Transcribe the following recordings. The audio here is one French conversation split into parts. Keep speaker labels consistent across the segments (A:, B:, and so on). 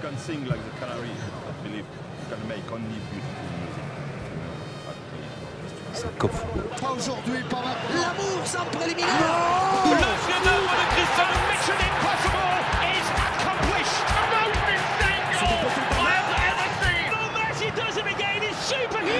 A: can sing like the canary, I believe you can make only beautiful music. you know, at the orchestra.
B: C'est comme fou.
C: Pas aujourd'hui, pas mal. L'amour sans préliminaire.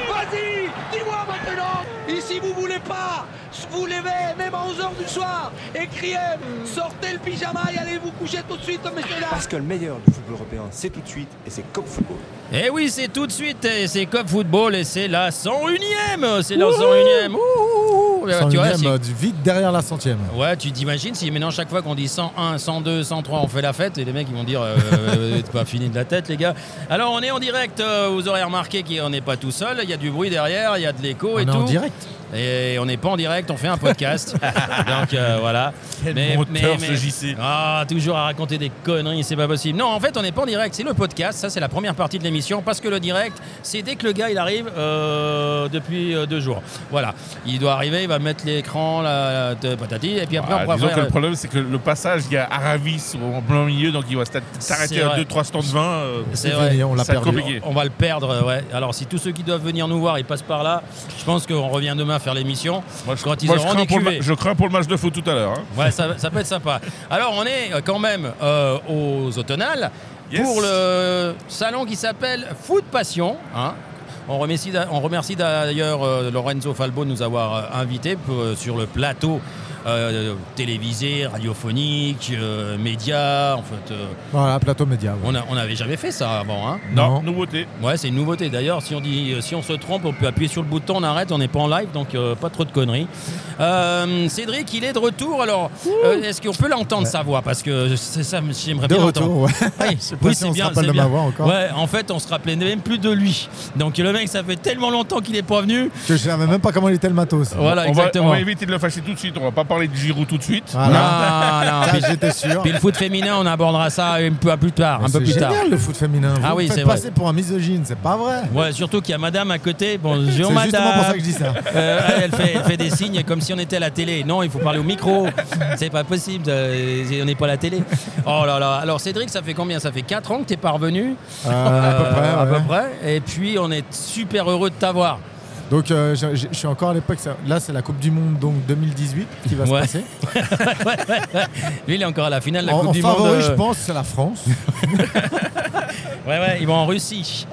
C: Vas-y, dis-moi maintenant. Et si vous voulez pas, vous levez même à 11h du soir et criez, sortez le pyjama et allez vous coucher tout de suite, messieurs là.
B: Parce que le meilleur du football européen, c'est tout de suite et c'est comme football.
D: Et Eh oui, c'est tout de suite, et c'est Cop Football et c'est la 101ème C'est la 101ème Ouh, ouh, ouh. Tu vois,
E: 101e,
D: c'est-
E: euh, du- vite derrière la centième.
D: Ouais, tu t'imagines si maintenant chaque fois qu'on dit 101, 102, 103, on fait la fête et les mecs ils vont dire euh, euh, c'est pas fini de la tête les gars. Alors on est en direct, euh, vous aurez remarqué qu'on n'est pas tout seul, il y a du bruit derrière, il y a de l'écho
E: On
D: et
E: est
D: tout.
E: en direct.
D: Et on n'est pas en direct, on fait un podcast. Donc euh, voilà.
F: Quel menteur, ce JC.
D: Ah, toujours à raconter des conneries, c'est pas possible. Non, en fait, on n'est pas en direct, c'est le podcast. Ça, c'est la première partie de l'émission. Parce que le direct, c'est dès que le gars, il arrive euh, depuis euh, deux jours. Voilà. Il doit arriver, il va mettre l'écran, la, la- patati. Et puis après,
F: Ah,
D: on pourra
F: disons
D: faire- euh,
F: que le problème, c'est que le passage, il y a Aravis en blanc milieu, donc il va s'ta- s'arrêter à
D: vrai.
F: 2-3 stands de vin. euh,
D: C'est vrai.
E: fini, on l'a
F: ça va être
E: perdu.
F: compliqué.
D: On va le perdre, euh, ouais. Alors, si tous ceux qui doivent venir nous voir, ils passent par là, je pense qu'on revient demain faire l'émission.
F: Moi, je,
D: Quand ils
F: moi, je
D: auront
F: crains
D: des
F: pour le ma-
D: cuvées.
F: je crains pour le match de foot tout à l'heure. hein.
D: Ouais, ça, ça peut être sympa. Alors, on est euh, quand même euh, aux automnales
F: Yes.
D: pour le salon qui s'appelle Foot Passion. hein. On remercie, d'a- on remercie d'ailleurs euh, Lorenzo Falbo de nous avoir euh, invité sur le plateau euh, télévisé, radiophonique, euh, média. En fait, euh,
E: Voilà, plateau média. ouais.
D: on a- on n'avait jamais fait ça avant. hein.
F: Non,
E: Non.
F: nouveauté.
D: Ouais, c'est une nouveauté. D'ailleurs, si on dit, euh, si on se trompe, on peut appuyer sur le bouton, on arrête, on n'est pas en live, donc euh, pas trop de conneries. Euh, Cédric, il est de retour. Alors, euh, est-ce qu'on peut l'entendre sa voix Parce que c'est ça, j'aimerais
E: De
D: bien
E: retour,
D: l'entendre.
E: ouais.
D: Oui,
E: Je sais pas
D: oui,
E: si
D: c'est
E: on se
D: bien.
E: rappelle
D: c'est
E: de
D: bien.
E: ma voix encore.
D: Ouais, en fait, on se rappelait même plus de lui. Donc le mec, ça fait tellement longtemps qu'il est pas venu.
E: Que je savais même pas comment il était le matos.
D: Voilà,
F: on, va,
D: exactement.
F: on va éviter de le fâcher tout de suite. On va pas parler de Giroud tout de suite.
E: Ah.
D: Non, non,
E: Ça,
D: puis-
E: j'étais sûr. Ah,
D: Puis le foot féminin, on abordera ça un peu à plus tard, un peu
E: C'est
D: plus tard.
E: génial, le foot féminin. Vous
D: Ah
E: me
D: oui,
E: faites
D: c'est vrai.
E: passer pour un misogyne, c'est pas vrai.
D: Ouais, surtout qu'il y a madame à côté.
E: C'est
D: Bonjour
E: justement
D: madame.
E: pour ça que je dis ça.
D: Euh, elle, elle fait, elle fait des signes comme si on était à la télé. Non, il faut parler au micro. C'est pas possible. euh, on n'est pas à la télé. Oh là là. Alors Cédric, ça fait combien Ça fait 4 ans que t'es pas revenu.
E: Euh, à peu près,
D: à
E: ouais.
D: peu près. Et puis on est super heureux de t'avoir.
E: Donc euh, je, je- je suis encore à l'époque. ça- Là, c'est la Coupe du Monde donc 2018 qui va
D: Ouais.
E: se passer.
D: Lui, il est encore à la finale de la
E: en
D: Coupe
E: en
D: du
E: favori,
D: Monde. euh,
E: je pense, c'est la France.
D: Ouais, ouais. Ils vont en Russie.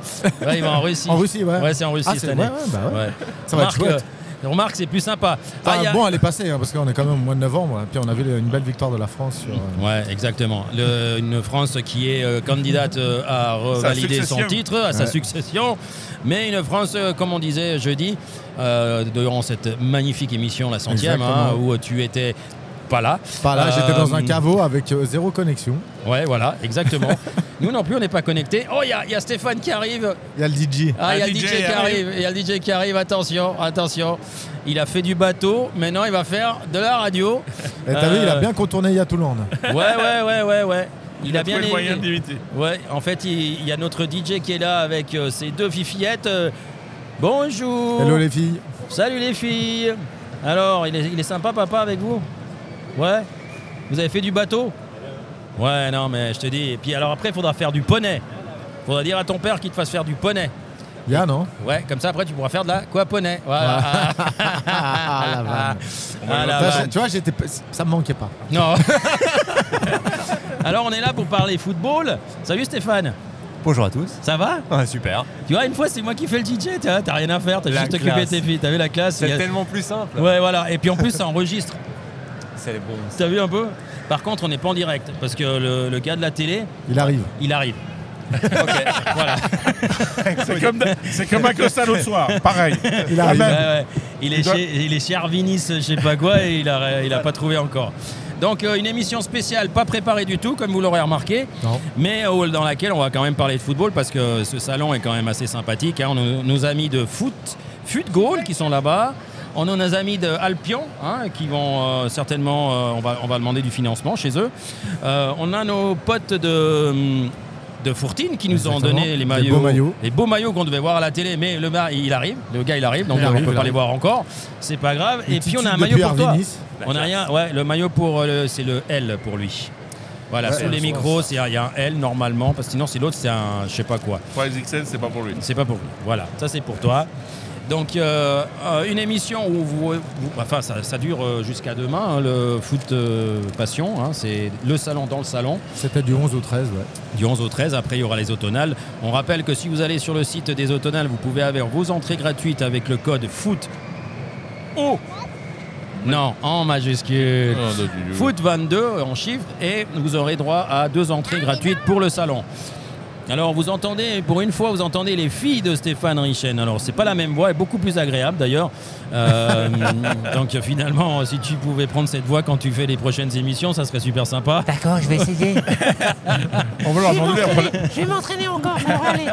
D: Ouais, ils vont en Russie.
E: En Russie, ouais.
D: Ouais, c'est en Russie
E: Ah,
D: cette
E: c'est-
D: année.
E: ouais, ouais, bah ouais.
D: Ouais.
E: Ça va être
D: Remarque,
E: chouette.
D: euh, remarque, c'est plus sympa. Ah,
E: Enfin,
D: il y a-
E: Bon, elle est passée hein, parce qu'on est quand même au mois de novembre. hein, Puis on a vu le- une belle victoire de la France sur. euh,
D: Ouais, exactement. Le- une France qui est euh, candidate euh, à revalider son
F: succession.
D: titre, à sa
E: Ouais.
D: succession, mais une France, euh, comme on disait jeudi, euh, durant cette magnifique émission, la centième, hein,
E: Exactement.
D: où euh, tu étais pas là.
E: Pas là, j'étais dans
D: Euh,
E: un caveau avec euh, zéro connexion.
D: Ouais, voilà, exactement. Nous non plus, on n'est pas connectés. Oh, il y, a- il y a Stéphane qui arrive.
E: Il y a le DJ.
D: Ah, il y a
F: Un
D: le DJ,
F: DJ
D: qui arrive. Il y a le DJ qui arrive. Attention, attention. Il a fait du bateau. Maintenant, il va faire de la radio.
E: Et t'as vu, il a
D: Euh,
E: bien contourné Yatoulande.
D: Ouais, ouais, ouais, ouais, ouais. Il, a
F: Trouver
D: bien
F: le moyen
D: aimé.
F: d'éviter.
D: Ouais, en fait, il il y a notre DJ qui est là avec euh, ses deux fifillettes. Euh, bonjour.
E: Hello les filles.
D: Salut les filles. Alors, il est, il est sympa, papa, avec vous Ouais Vous avez fait du bateau Ouais, non, mais je te dis. Et puis, alors après, il faudra faire du poney. Faudra dire à ton père qu'il te fasse faire du poney.
E: Y'a non
D: Ouais, comme ça, après, tu pourras faire de la quoi, poney. Voilà.
E: Ah, la vanne.
D: Ah, la
E: Ça,
D: vanne.
E: j'ai- Tu vois, j'étais, pas- ça me manquait pas.
D: Non. Alors, on est là pour parler football. Salut Stéphane.
G: Bonjour à tous.
D: Ça va
G: super.
D: Tu vois, une fois, c'est moi qui fais le DJ, t'as t'as rien à faire, t'as
G: La
D: juste occupé
G: classe.
D: tes filles, t'as vu la classe
G: C'est
D: il y a-
G: tellement plus simple.
D: Ouais, voilà, et puis en plus, ça enregistre,
G: C'est bon.
D: t'as vu un peu Par contre, on n'est pas en direct, parce que le, le gars de la télé,
E: Il arrive.
D: il arrive.
F: C'est comme, c'est comme un costal l'autre soir. Pareil.
E: Il
G: Ah,
E: arrive.
D: Ouais, ouais. Il, est
F: doit-
D: chez, il est chez Arvinis, je sais pas quoi, et il a, il a pas trouvé encore. Donc, euh, une émission spéciale, pas préparée du tout, comme vous l'aurez remarqué,
E: Non.
D: mais euh, dans laquelle on va quand même parler de football, parce que ce salon est quand même assez sympathique. hein. On a nos amis de foot, foot goal qui sont là-bas. On a nos amis de Alpion hein, qui vont euh, certainement, euh, on, va, on va demander du financement chez eux. Euh, on a nos potes de, hum, de Fourtine qui nous ont
E: Exactement.
D: donné les
E: Les
D: maillots.
E: beaux maillots.
D: Les beaux maillots qu'on devait voir à la télé, mais le gars il arrive, le gars il arrive, donc
E: Il
D: on
E: arrive,
D: peut
E: il
D: pas les
E: arrive.
D: voir encore. C'est pas grave. Et
E: Il
D: puis on a
E: titube
D: un maillot
E: depuis
D: pour toi.
E: Arvinis.
D: On a rien, ouais, le maillot pour euh, le- c'est le L pour lui. Voilà,
E: Ouais,
D: sous les
E: je
D: micros, c'est- il y a un L normalement, parce que sinon, si l'autre, c'est un je sais pas quoi.
F: 3XL, c'est pas pour lui.
D: C'est pas pour vous. Voilà, ça c'est pour toi. Donc euh, euh, une émission où vous, vous- enfin ça, ça dure euh, jusqu'à demain hein, le foot euh, passion, hein, c'est le salon dans le salon
E: C'était du 11 au 13, ouais.
D: du 11 au 13. Après il y aura les automnales. On rappelle que si vous allez sur le site des automnales, vous pouvez avoir vos entrées gratuites avec le code foot O. Non, en majuscule.
F: Oh, non, du- du-
D: Foot 22 en chiffres et vous aurez droit à deux entrées gratuites pour le salon. Alors vous entendez, pour une fois, vous entendez les filles de Stéphane Richen. Alors c'est pas la même voix, et beaucoup plus agréable d'ailleurs. Euh, donc finalement, si tu pouvais prendre cette voix quand tu fais les prochaines émissions, ça serait super sympa.
H: D'accord, je vais essayer.
F: On va
H: je
F: leur
H: vais
F: demander après.
H: m'entraîner, je vais m'entraîner encore pour aller.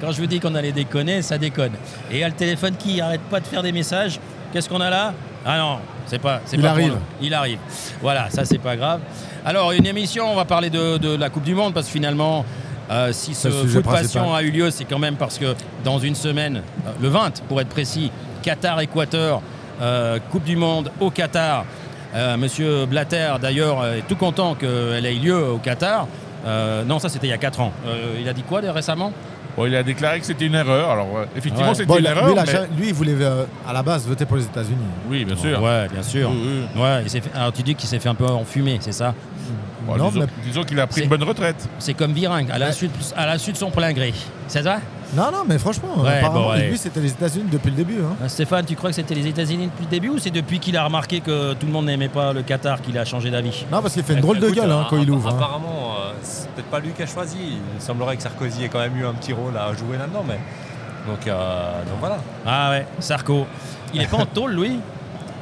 D: Quand je vous dis qu'on allait déconner, ça déconne. Et il y a le téléphone qui arrête pas de faire des messages. Qu'est-ce qu'on a là Ah non, c'est pas. c'est
E: Il
D: pas pour
E: arrive.
D: nous. Il arrive. Voilà, ça c'est pas grave. Alors une émission, on va parler de, de la Coupe du Monde parce que finalement, euh, si ce
E: le sujet
D: foot passion
E: principal.
D: a eu lieu, c'est quand même parce que dans une semaine, euh, le 20 pour être précis, Qatar-Équateur, euh, Coupe du Monde au Qatar. Euh, Monsieur Blatter, d'ailleurs, euh, est tout content qu'elle ait lieu au Qatar. Euh, non, ça c'était il y a 4 ans. Euh, il a dit quoi de- récemment
F: Bon, il a déclaré que c'était une erreur. Alors, euh, effectivement,
D: Ouais.
F: c'était
E: Bon,
F: une
E: il a-
F: erreur.
E: lui, il a
F: mais-
E: ja- lui, il voulait euh, à la base voter pour les États-Unis.
F: Oui, bien sûr.
D: Ouais, bien sûr. Mm,
F: Oui, oui.
D: Ouais, il s'est fait- Alors tu dis qu'il s'est fait un peu enfumer, c'est ça
F: Bon,
E: Non,
F: disons
E: mais-
F: disons qu'il a pris
D: C'est-
F: une bonne retraite.
D: C'est comme Viringue, à la, suite, à la suite de son plein gré. Ça te va
E: Non, non, mais franchement,
D: Ouais,
E: apparemment,
D: bon,
E: le
D: allez.
E: but, c'était les États-Unis depuis le début. hein.
D: Euh, Stéphane, tu crois que c'était les États-Unis depuis le début ou c'est depuis qu'il a remarqué que tout le monde n'aimait pas le Qatar qu'il a changé d'avis
E: Non, parce qu'il
D: Eh,
E: fait une drôle de
G: Écoute,
E: gueule hein,
G: a-
E: quand il
G: a-
E: ouvre. hein.
G: Apparemment, euh, c'est peut-être pas lui qui a choisi. Il semblerait que Sarkozy ait quand même eu un petit rôle à jouer là-dedans. Mais... Donc, euh, donc voilà.
D: Ah ouais, Sarko. Il est pas en tôle, lui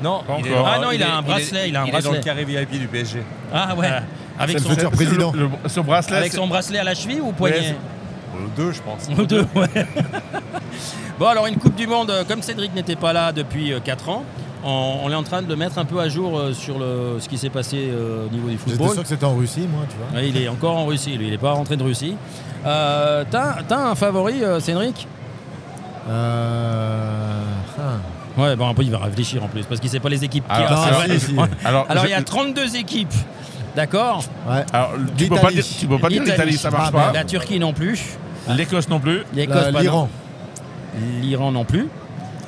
G: Non,
F: Pas
G: il
F: encore.
D: Ah non, il a
G: est-
D: un bracelet, il a un
G: est
D: bracelet.
G: dans le carré VIP du PSG.
D: Ah ouais. Avec
E: le
D: son,
E: futur
F: C'est-
E: président.
F: le- le- ce bracelet,
D: avec
F: c'est-
D: son bracelet à la cheville ou au poignet
G: Ou Deux, je pense.
D: Ou deux, ouais. bon, alors une Coupe du Monde, euh, comme Cédric n'était pas là depuis 4 ans, on, on est en train de le mettre un peu à jour euh, sur le, ce qui s'est passé euh, au niveau du
E: J'étais
D: football.
E: sûr que c'était en Russie, moi, tu vois.
D: Ouais, il est encore en Russie, lui, il n'est pas rentré de Russie. Euh, T'as t'as un favori, euh, Cédric
E: Euh... hein.
D: Ouais, bon, après, il va réfléchir en plus, parce qu'il ne sait pas les équipes qu'il y
F: Ah, Alors,
D: a.
F: c'est
D: C'est
E: vrai,
D: vrai.
E: si, si.
F: Alors,
D: Alors,
F: bah, je-
D: il y a 32 équipes, d'accord bah,
E: Ouais.
F: alors, tu peux pas
E: l'Italie.
F: dire, tu peux pas dire l'Italie, ça marche
E: Ah,
F: pas.
D: La Turquie non plus.
F: L'Écosse non plus.
D: L'Écosse,
E: La-
D: pas
E: Euh, L'Iran.
D: non. L'Iran non plus.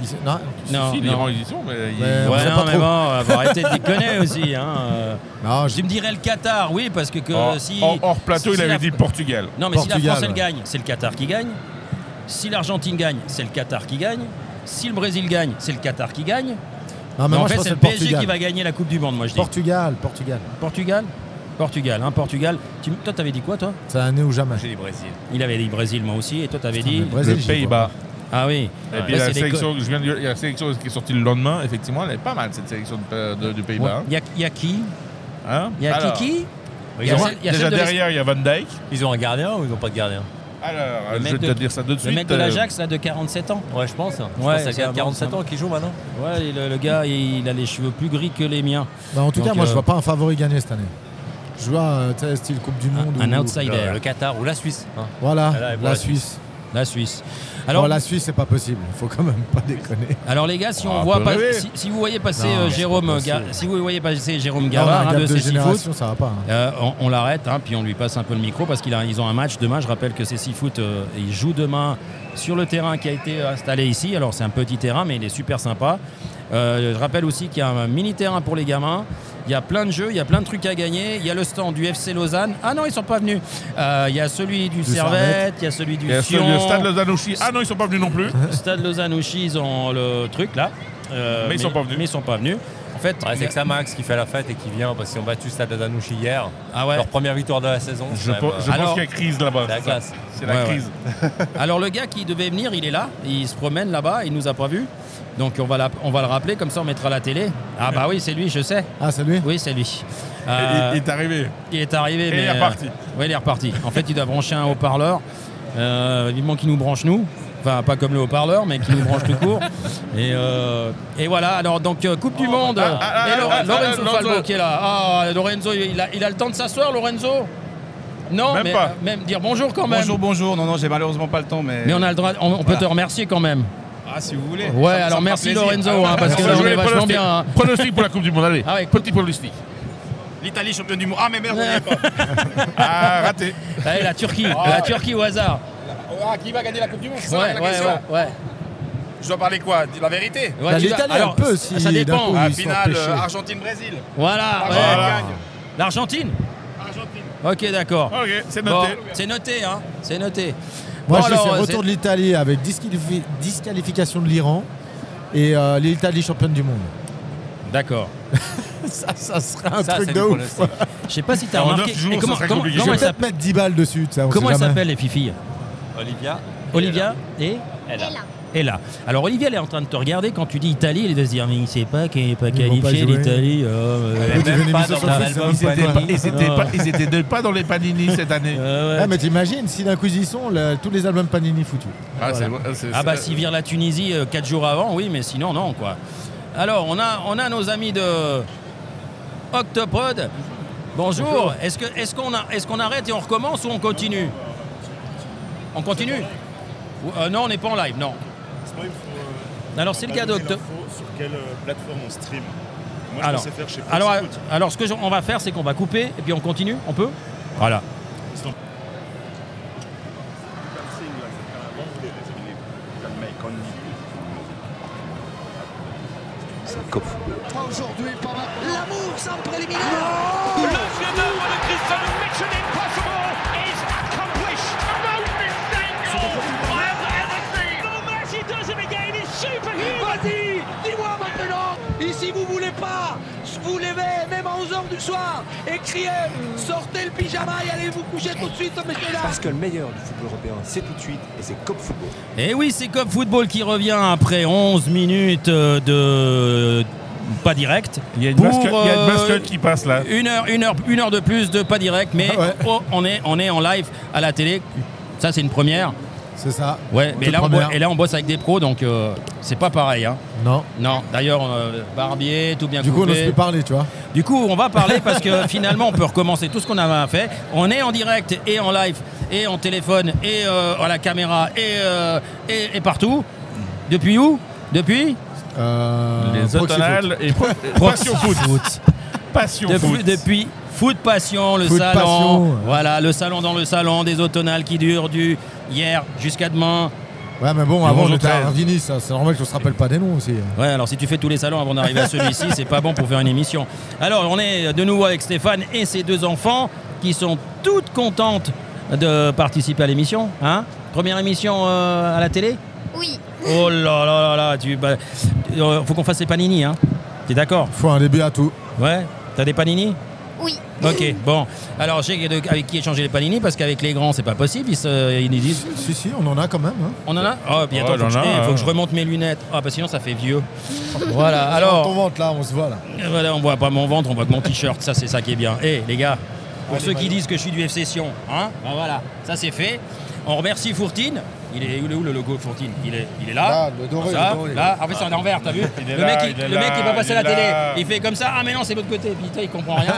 E: Ils se- Non.
D: Non,
F: Si, si,
D: ah, non.
F: l'Iran, ils y sont, mais ils-
E: Ouais. on
D: Ouais,
E: sait
D: non,
E: pas
D: mais
E: trop.
D: bon, faut arrêter de déconner aussi. Hein. euh.
E: Non, je-
D: Tu me dirais le Qatar, oui, parce que, que
F: Hors-
D: si.
F: hors, hors plateau,
D: si
F: il
D: la-
F: avait dit Portugal.
D: Non, mais si la
E: Portugal,
D: France, elle
E: ouais.
D: gagne, c'est le Qatar qui gagne. Si l'Argentine gagne, c'est le Qatar qui gagne. Si le Brésil gagne, c'est le Qatar qui gagne.
E: non, Ah, mais
D: Mais en
E: moi, je
D: fait, c'est
E: pense que c'est
D: le
E: le
D: PSG
E: Portugal.
D: qui va gagner la Coupe du Monde, moi je dis.
E: Portugal, Portugal.
D: Portugal Portugal, hein, Portugal. Tu- toi, t'avais dit quoi, toi
E: C'est un nez ou jamais.
G: J'ai les Brésils.
D: Il avait dit Brésil, moi aussi, et toi, t'avais
E: Le
D: dit.
E: Brésil, j'y
F: le
E: crois.
F: Pays-Bas.
D: Ah oui.
F: Et puis
D: Ouais,
F: la
D: c'est des
F: sélection, je viens de- il y a la sélection qui est sortie le lendemain, effectivement, elle est pas mal cette sélection de- euh, de- du Pays-Bas.
D: co- Il y a- il y, a qui
F: hein. Hein
D: Il y a
F: Alors,
D: Kiki Il y a
F: déjà-
D: celle- il y a
F: déjà
D: celle de l'Es-
F: derrière, il y a Van Dyke.
G: Ils ont un gardien ou ils n'ont pas de gardien
F: Alors,
D: Le
F: je
D: mec
F: vais
D: de-
F: te dire ça de
D: Le
F: suite.
D: mec de
F: euh,
D: l'Ajax, là, de 47 ans.
G: Ouais, je pense. Je
D: Ouais,
G: pense que c'est un
D: c'est
G: gars
D: un
G: de
D: bon-
G: 47 ans qui joue maintenant.
D: Ouais, et le, le gars, il, il a les cheveux plus gris que les miens.
E: Bah, en tout
D: Donc,
E: cas, moi,
D: euh,
E: je vois pas un favori gagner cette année. Je vois, euh, tu sais, style Coupe du Monde.
D: un
E: ou-
D: outsider. Il est là.
G: Le, le Qatar ou la Suisse. hein.
E: Voilà,
G: Ah là, et voilà,
E: la
G: la
E: Suisse.
D: La Suisse.
E: Alors,
D: Alors,
E: la Suisse, c'est pas possible. Faut quand même pas déconner.
D: Alors les gars, si on
F: Ah,
D: voit
F: bah
D: pas,
F: oui.
D: si, si vous voyez passer
E: Non,
D: euh,
E: c'est
D: Jérôme,
E: pas
D: Ga-
E: possible.
D: si vous voyez passer Jérôme
E: Non,
D: Gavard
E: un
D: hein,
E: gap
D: de
E: de
D: C6
E: génération, ça va pas. hein.
D: on, on l'arrête, hein, puis on lui passe un peu le micro parce qu'ils ont un match demain. Je rappelle que C6 Foot, euh, il joue demain sur le terrain qui a été installé ici. Alors c'est un petit terrain, mais il est super sympa. Euh, je rappelle aussi qu'il y a un mini terrain pour les gamins. Il y a plein de jeux, il y a plein de trucs à gagner. Il y a le stand du FC Lausanne. Ah non, ils sont pas venus. Euh, il y a celui du, Servette,
E: Servette.
D: il y a celui du
F: Il y a
D: Sion,
F: le stade lausanne aussi. Ah non, ils sont pas venus non plus.
D: Stade Lausanne Ouchy, ils ont le truc là. Euh,
F: Mais ils sont pas venus.
D: Mais ils sont pas venus. En fait,
G: Ouais,
D: il y
G: c'est
D: a-
G: que ça Max qui fait la fête et qui vient parce qu'ils ont battu Stade Danouchi hier.
D: Ah ouais.
G: Leur première victoire de la saison.
F: Je,
G: Ouais,
F: po-
G: bah,
F: je
D: Alors-
F: pense qu'il y a crise là-bas.
G: c'est euh, la classe.
F: C'est la
D: Ouais, ouais.
F: crise.
D: Alors le gars qui devait venir, il est là, il se promène là-bas, il nous a pas vus. Donc on va, la- on va le rappeler, comme ça on mettra la télé. Ah bah oui, c'est lui, je sais.
E: Ah, c'est lui
D: Oui, c'est lui.
F: Et-
D: Euh,
F: Il est arrivé.
D: il est arrivé,
F: il
D: mais
F: est reparti.
D: oui, il est reparti. En fait, il doit brancher un haut-parleur. Euh, vivement qu'il nous branche nous. Enfin, pas comme le haut-parleur, mais qu'il nous branche tout court. Et, euh, et voilà, alors donc euh, Coupe du Monde.
F: ah,
D: et
F: ah,
D: Lore-
F: ah,
D: Lorenzo
F: ah, Lorenzo.
D: Falbo qui est là. Ah, Lorenzo, il a, il a le temps de s'asseoir, Lorenzo Non,
F: Même
D: mais
F: pas.
D: euh, même dire bonjour quand même.
I: Bonjour, bonjour. Non, non, j'ai malheureusement pas le temps, mais.
D: Mais on a le droit, on, on peut te remercier quand même.
I: Ah, si vous voulez.
D: Ouais,
I: Ça- ça
D: alors
I: me
D: merci
I: fera plaisir. Ah,
D: Lorenzo, hein, parce que
F: On
D: là
F: va
D: on
F: jouer
D: est
F: les
D: vachement
F: pronostics.
D: bien. hein.
F: Pronostic pour la Coupe du Monde, allez.
D: Ah ouais,
F: Petit pronostic.
I: L'Italie championne du monde. Ah, mais merde, on n'y est pas.
F: Ah, raté.
D: Allez, la Turquie,
E: Oh.
D: la Turquie au hasard.
I: Ah, qui va gagner la Coupe du Monde C'est ça,
D: Ouais,
I: la
D: ouais,
I: question
D: ouais, ouais.
I: Je dois parler quoi De La vérité
D: Ouais,
E: Bah,
D: tu dois-
E: L'Italie,
D: alors,
E: un peu, si
D: ça
E: d'un
D: dépend.
E: coup,
I: Ah,
E: ils se font
I: finale
E: pêcher.
I: euh, Argentine-Brésil.
D: Voilà, ouais.
I: Argentine gagne.
D: L'Argentine
I: Argentine.
D: Ok, d'accord.
A: Ah,
F: Ok, c'est
D: Bon,
F: Ah, noté.
D: c'est noté, hein. C'est noté.
E: Moi,
D: Bon,
E: je
D: alors, euh,
E: sais,
D: c'est-
E: retour de l'Italie avec disqualifi- disqualification de l'Iran et euh, l'Italie championne du monde.
D: D'accord.
E: Ça, ça serait un
G: Ça,
E: truc
G: c'est
E: de
G: le
E: ouf.
G: pronostic.
D: Je sais pas si t'as
F: En
D: remarqué.
F: neuf jours,
D: Et
F: ça
D: comment,
F: serait
D: comment,
F: compliqué.
D: comment
E: Je vais
D: elle
E: peut-être
D: s'appelle-
E: mettre 10 balles dessus, ça, on sait
D: comment elle
E: jamais.
D: s'appelle les filles
G: Olivia
D: Olivia et Et là. Alors Olivia, elle est en train de te regarder quand tu dis Italie, elle doit se dire mais il sait pas qu'elle n'est pas
E: Ils vont pas
D: qualifiée
E: jouer.
D: l'Italie. oh, euh,
G: Elle est
E: Écoute, il y avait
G: même
E: une
G: pas
E: émission
G: dans
E: sur
G: un
E: le
G: album
E: foot,
G: Panini.
E: c'était pas-
F: Ils étaient,
D: Non.
F: Ah, pas, ils étaient deux pas dans les panini cette année.
D: ouais, ouais.
E: Ah, mais t'imagines, si d'un coup ils y sont, le- tous les albums Panini foutus.
F: Ah,
I: euh,
F: c'est- c'est-
D: Ah bah
F: c'est-
D: s'ils virent la Tunisie 4 jours avant, oui, mais sinon non quoi. Alors on a, on a nos amis de Octoprod. Bonjour. Est-ce que est-ce qu'on a est-ce qu'on arrête et on recommence ou on continue On continue Ou- euh, Non, on n'est pas en live, non. Alors c'est le cas d'Octo.
A: euh, Sur quelle euh, plateforme on stream Moi,
D: Alors,
A: faire chez
D: alors, euh, alors ce que j'en- on va faire, c'est qu'on va couper et puis on continue. On peut Voilà.
B: C'est Cop Football.
C: Pas aujourd'hui, pas mal. L'amour sans préliminaire. Et Vas-y, dis-moi maintenant. Et si vous voulez pas, vous levez même à 11h du soir et criez sortez le pyjama et allez vous coucher tout de suite, messieurs là.
B: Parce que le meilleur du football européen, c'est tout de suite et c'est Cop Football.
D: Et Eh oui, c'est Cop Football qui revient après 11 minutes euh, de pas direct.
F: Il y a une
D: Pour,
F: mascotte- il y a une
D: euh,
F: mascotte qui passe là.
D: Une heure, une heure, une heure de plus de pas direct, mais
E: Ah ouais.
D: oh, on, est, on est en live à la télé. Ça, c'est une première.
E: C'est ça.
D: Ouais, mais
E: Toute
D: là on,
E: première.
D: bo- et là, on bosse avec des pros, donc euh, c'est pas pareil. hein.
E: Non.
D: Non, d'ailleurs, euh, Barbier, tout bien
E: Du coup, on
D: coupé.
E: n'ose plus parler, tu vois.
D: Du coup, on va parler parce que finalement, on peut recommencer tout ce qu'on a fait. On est en direct et en live et en téléphone et euh, à la caméra et, euh, et, et partout. Depuis où Depuis
E: Euh,
F: Les
E: proxy
F: automnales et pro- passion foot. Passion
D: Depuis,
F: foot.
D: depuis Foot Passion, le
E: Foot
D: salon.
E: Passion.
D: Voilà, le salon dans le salon des automnales qui dure du hier jusqu'à demain.
E: foot. Ouais, mais bon,
F: Le
E: avant,
F: Bonjour
E: on était à
F: 13.
E: Ravini, ça. C'est normal qu'on se rappelle pas des noms aussi. hein.
D: Ouais, alors si tu fais tous les salons avant d'arriver à celui-ci, c'est pas bon pour faire une émission. Alors, on est de nouveau avec Stéphane et ses deux enfants qui sont toutes contentes de participer à l'émission. Hein Première émission euh, à la télé
J: Oui,
D: Oh là là là là, tu, bah, euh, faut qu'on fasse les panini, hein T'es d'accord
E: Faut un début à tout.
D: Ouais T'as des panini
J: oui.
D: Ok, bon. Alors, j'ai de- avec qui échanger les panini parce qu'avec les grands, c'est pas possible. Ils, se- ils nous disent.
E: Si, si, on en a quand même. hein.
D: On en a Oh, bien,
F: Oh,
D: attends, faut,
F: j'en
D: que je,
F: ai,
D: eh,
F: hein.
D: faut que je remonte mes lunettes. Ah, bah sinon, ça fait vieux. voilà, alors.
E: Ton ventre, là, on se voit, là.
D: Voilà, Eh ben on voit pas mon ventre, on voit que mon t-shirt, ça c'est ça qui est bien. Eh les gars, pour
E: Allez,
D: ceux qui
E: Maillot.
D: disent que je suis du FC Sion, hein, ben voilà, ça c'est fait. On remercie Fourtine. Il est, il est où le logo Fourtine il est, il est là.
E: Là, le doré,
D: Ça,
E: le doré.
D: Là, en fait c'est en envers, t'as vu
F: Il est
D: Le mec,
F: là,
D: il,
F: il est
D: le mec,
F: là,
D: il va passer
F: il
D: à
F: est
D: la télé.
F: là.
D: Il fait comme ça, ah mais non c'est de l'autre côté, putain il comprend rien.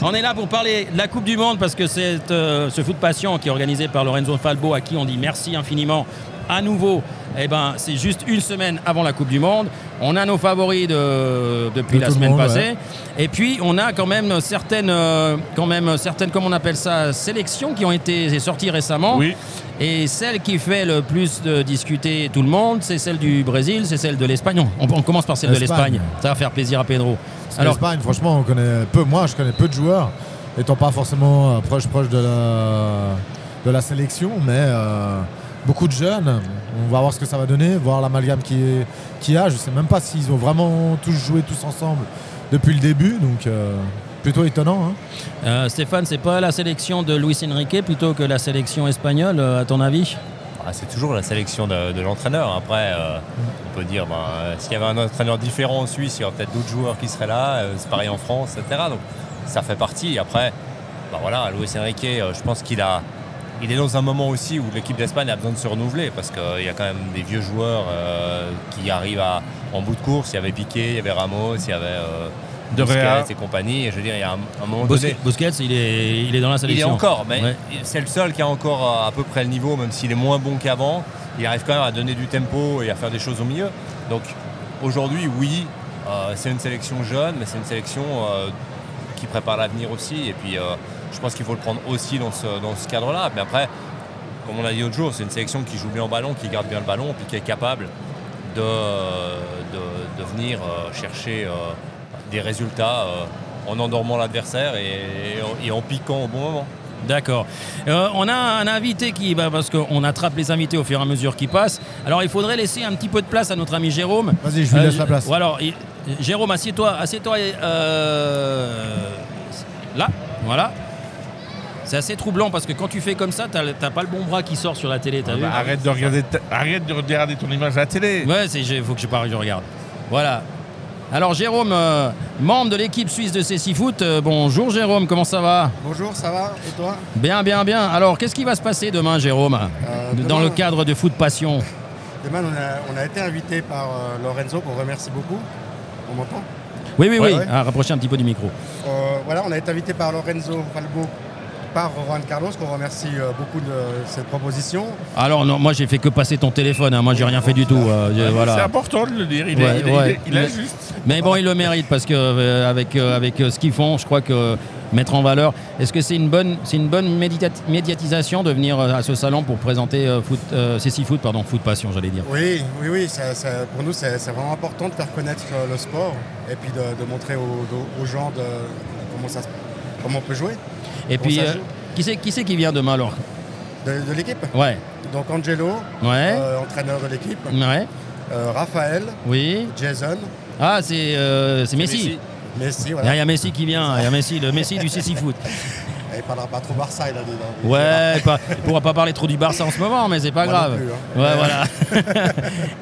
D: On est là pour parler de la Coupe du Monde parce que c'est euh, ce foot passion qui est organisé par Lorenzo Falbo à qui on dit merci infiniment à nouveau. Eh ben, c'est juste une semaine avant la Coupe du Monde. On a nos favoris de- depuis
E: De
D: la
E: tout le
D: semaine
E: monde,
D: passée.
E: ouais.
D: Et puis on a quand même certaines, euh, quand même certaines, comment on appelle ça, sélections qui ont été sorties récemment.
F: Oui.
D: Et celle qui fait le plus de discuter tout le monde, c'est celle du Brésil, c'est celle de l'Espagne. Non, on, on commence par celle
E: L'Espagne.
D: de l'Espagne. Ça va faire plaisir à Pedro.
E: Alors,
D: Alors,
E: L'Espagne, franchement, on connaît peu. Moi, je connais peu de joueurs, étant pas forcément euh, proche proche de la, de la sélection, mais euh, beaucoup de jeunes. On va voir ce que ça va donner, voir l'amalgame qui est- qu'il y a. Je sais même pas s'ils ont vraiment tous joué tous ensemble depuis le début, donc euh, plutôt étonnant. hein.
D: euh, Stéphane, c'est pas la sélection de Luis Enrique plutôt que la sélection espagnole, euh, à ton avis
G: Ah, c'est toujours la sélection de, de l'entraîneur. Après, euh, on peut dire, ben, euh, s'il y avait un entraîneur différent en Suisse, il y aurait peut-être d'autres joueurs qui seraient là. euh, c'est pareil en France, etc. Donc, ça fait partie. Après, ben voilà, Luis Enrique, euh, je pense qu'il a, il est dans un moment aussi où l'équipe d'Espagne a besoin de se renouveler parce qu'il y a quand même des vieux joueurs euh, qui arrivent à- en bout de course. Il y avait Piqué, il y avait Ramos, il y avait euh,
F: De Gea.
G: Busquets et compagnie. Et je veux dire, il y a un, un moment
D: Busquets,
G: donné.
D: Busquets, il est, il est dans la
G: Il est
D: sélection.
G: encore, mais
D: Ouais.
G: c'est le seul qui a encore euh, à peu près le niveau, même s'il est moins bon qu'avant. Il arrive quand même à donner du tempo et à faire des choses au milieu. Donc aujourd'hui, oui, euh, c'est une sélection jeune, mais c'est une sélection euh, qui prépare l'avenir aussi. Et puis, euh, je pense qu'il faut le prendre aussi dans ce, dans ce cadre-là. Mais après, comme on l'a dit l'autre jour, c'est une sélection qui joue bien au ballon, qui garde bien le ballon, puis qui est capable de, de, de venir euh, chercher euh, des résultats euh, en endormant l'adversaire et, et en- et en piquant au bon moment.
D: D'accord. Euh, on a un invité qui, bah, parce qu'on attrape les invités au fur et à mesure qu'ils passent. Alors il faudrait laisser un petit peu de place à notre ami Jérôme.
E: Vas-y, je lui laisse la place.
D: Ou alors, il- Jérôme, assieds-toi, assieds-toi. et, euh, là, voilà. C'est assez troublant parce que quand tu fais comme ça, t'as le- t'as pas le bon bras qui sort sur la télé,
G: Ah,
D: t'as vu
F: Bah, arrête, de regarder ta- arrête de regarder ton image à la télé.
D: Ouais, c'est, j'ai- faut que je parle, je regarde. Voilà. Alors Jérôme, euh, membre de l'équipe suisse de CC Foot. euh, bonjour Jérôme, comment ça va
K: Bonjour, ça va Et toi
D: Bien, bien, bien. Alors, qu'est-ce qui va se passer demain, Jérôme
K: Euh,
D: Dans
K: demain-
D: le cadre de Foot Passion.
K: Demain, on a, on a été invité par euh, Lorenzo, qu'on remercie beaucoup. On m'entend
D: Oui, oui, oui.
K: Ouais, ouais.
D: Ah, rapprochez un petit peu du micro.
K: Euh, Voilà, on a été invité par Lorenzo Falbo, par Juan Carlos, qu'on remercie euh, beaucoup de cette proposition.
D: Alors, non, moi, j'ai fait que passer ton téléphone. hein. Moi, j'ai rien fait du tout. euh, je-
F: C'est
D: voilà.
F: important de le dire. Il,
D: Ouais,
F: est, il est-
D: ouais.
F: il est- il est
D: Mais-
F: juste.
D: Mais bon, ils le méritent parce que euh, avec, euh, avec euh, ce qu'ils font, je crois que euh, mettre en valeur. Est-ce que c'est une bonne, c'est une bonne médiat- médiatisation de venir euh, à ce salon pour présenter euh, foot, euh, CC Foot, pardon, Foot Passion, j'allais dire.
K: Oui, oui, oui, ça- ça- pour nous, c'est c'est vraiment important de faire connaître euh, le sport et puis de, de montrer aux, de- aux gens de- comment, ça, se- comment on peut jouer
D: Et
K: Bon,
D: puis,
K: ça
D: euh,
K: joue.
D: qui c'est qui, c'est qui vient demain alors
K: de, de l'équipe.
D: Ouais,
K: Donc Angelo,
D: ouais,
K: euh, entraîneur de l'équipe,
D: ouais,
K: euh, Raphaël,
D: oui.
K: Jason,
D: Ah, c'est euh, c'est Messi. Ah,
K: Messi,
D: Il
K: voilà.
D: y a Messi qui vient, il y a Messi, le Messi du CC Foot.
K: Et Il parlera pas trop Barça, il a dit. hein.
D: Ouais, pas, il pourra pas parler trop du Barça en ce moment, mais c'est pas
K: Moi
D: grave.
K: non plus, hein.
D: Ouais, voilà.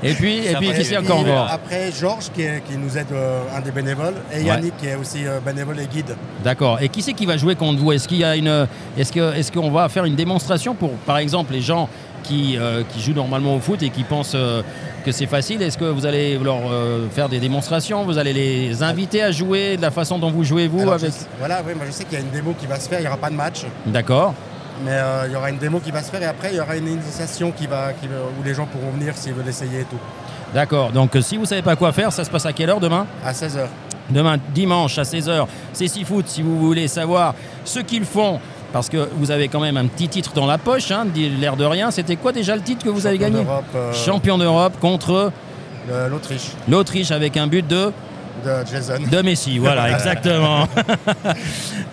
D: et puis, et puis qui c'est
K: Et
D: encore
K: puis,
D: voir
K: Après, Georges, qui, est- qui nous aide, euh, un des bénévoles, et Yannick, qui est aussi euh, bénévole et guide.
D: D'accord. Et qui c'est qui va jouer contre vous Est-ce qu'il y a une, est-ce que, est-ce qu'on va faire une démonstration pour, par exemple, les gens qui, euh, qui jouent normalement au foot et qui pensent euh, que c'est facile Est-ce que vous allez leur euh, faire des démonstrations Vous allez les inviter à jouer de la façon dont vous jouez vous
K: Alors, je
D: avec
K: sais- voilà, oui, moi je sais qu'il y a une démo qui va se faire, il n'y aura pas de match,
D: D'accord.
K: mais euh, il y aura une démo qui va se faire, et après, il y aura une initiation qui va, qui va- où les gens pourront venir s'ils veulent essayer et tout,
D: D'accord. Donc, euh, si vous savez pas quoi faire, ça se passe à quelle heure demain
K: à 16h.
D: demain dimanche à 16h, c'est si foot si vous voulez savoir ce qu'ils font. Parce que vous avez quand même un petit titre dans la poche, hein, dit l'air de rien. C'était quoi déjà le titre que vous avez gagné
K: euh,
D: Champion d'Europe contre
K: L'Autriche,
D: l'Autriche avec un but de,
K: de Jason.
D: de Messi. Voilà, exactement.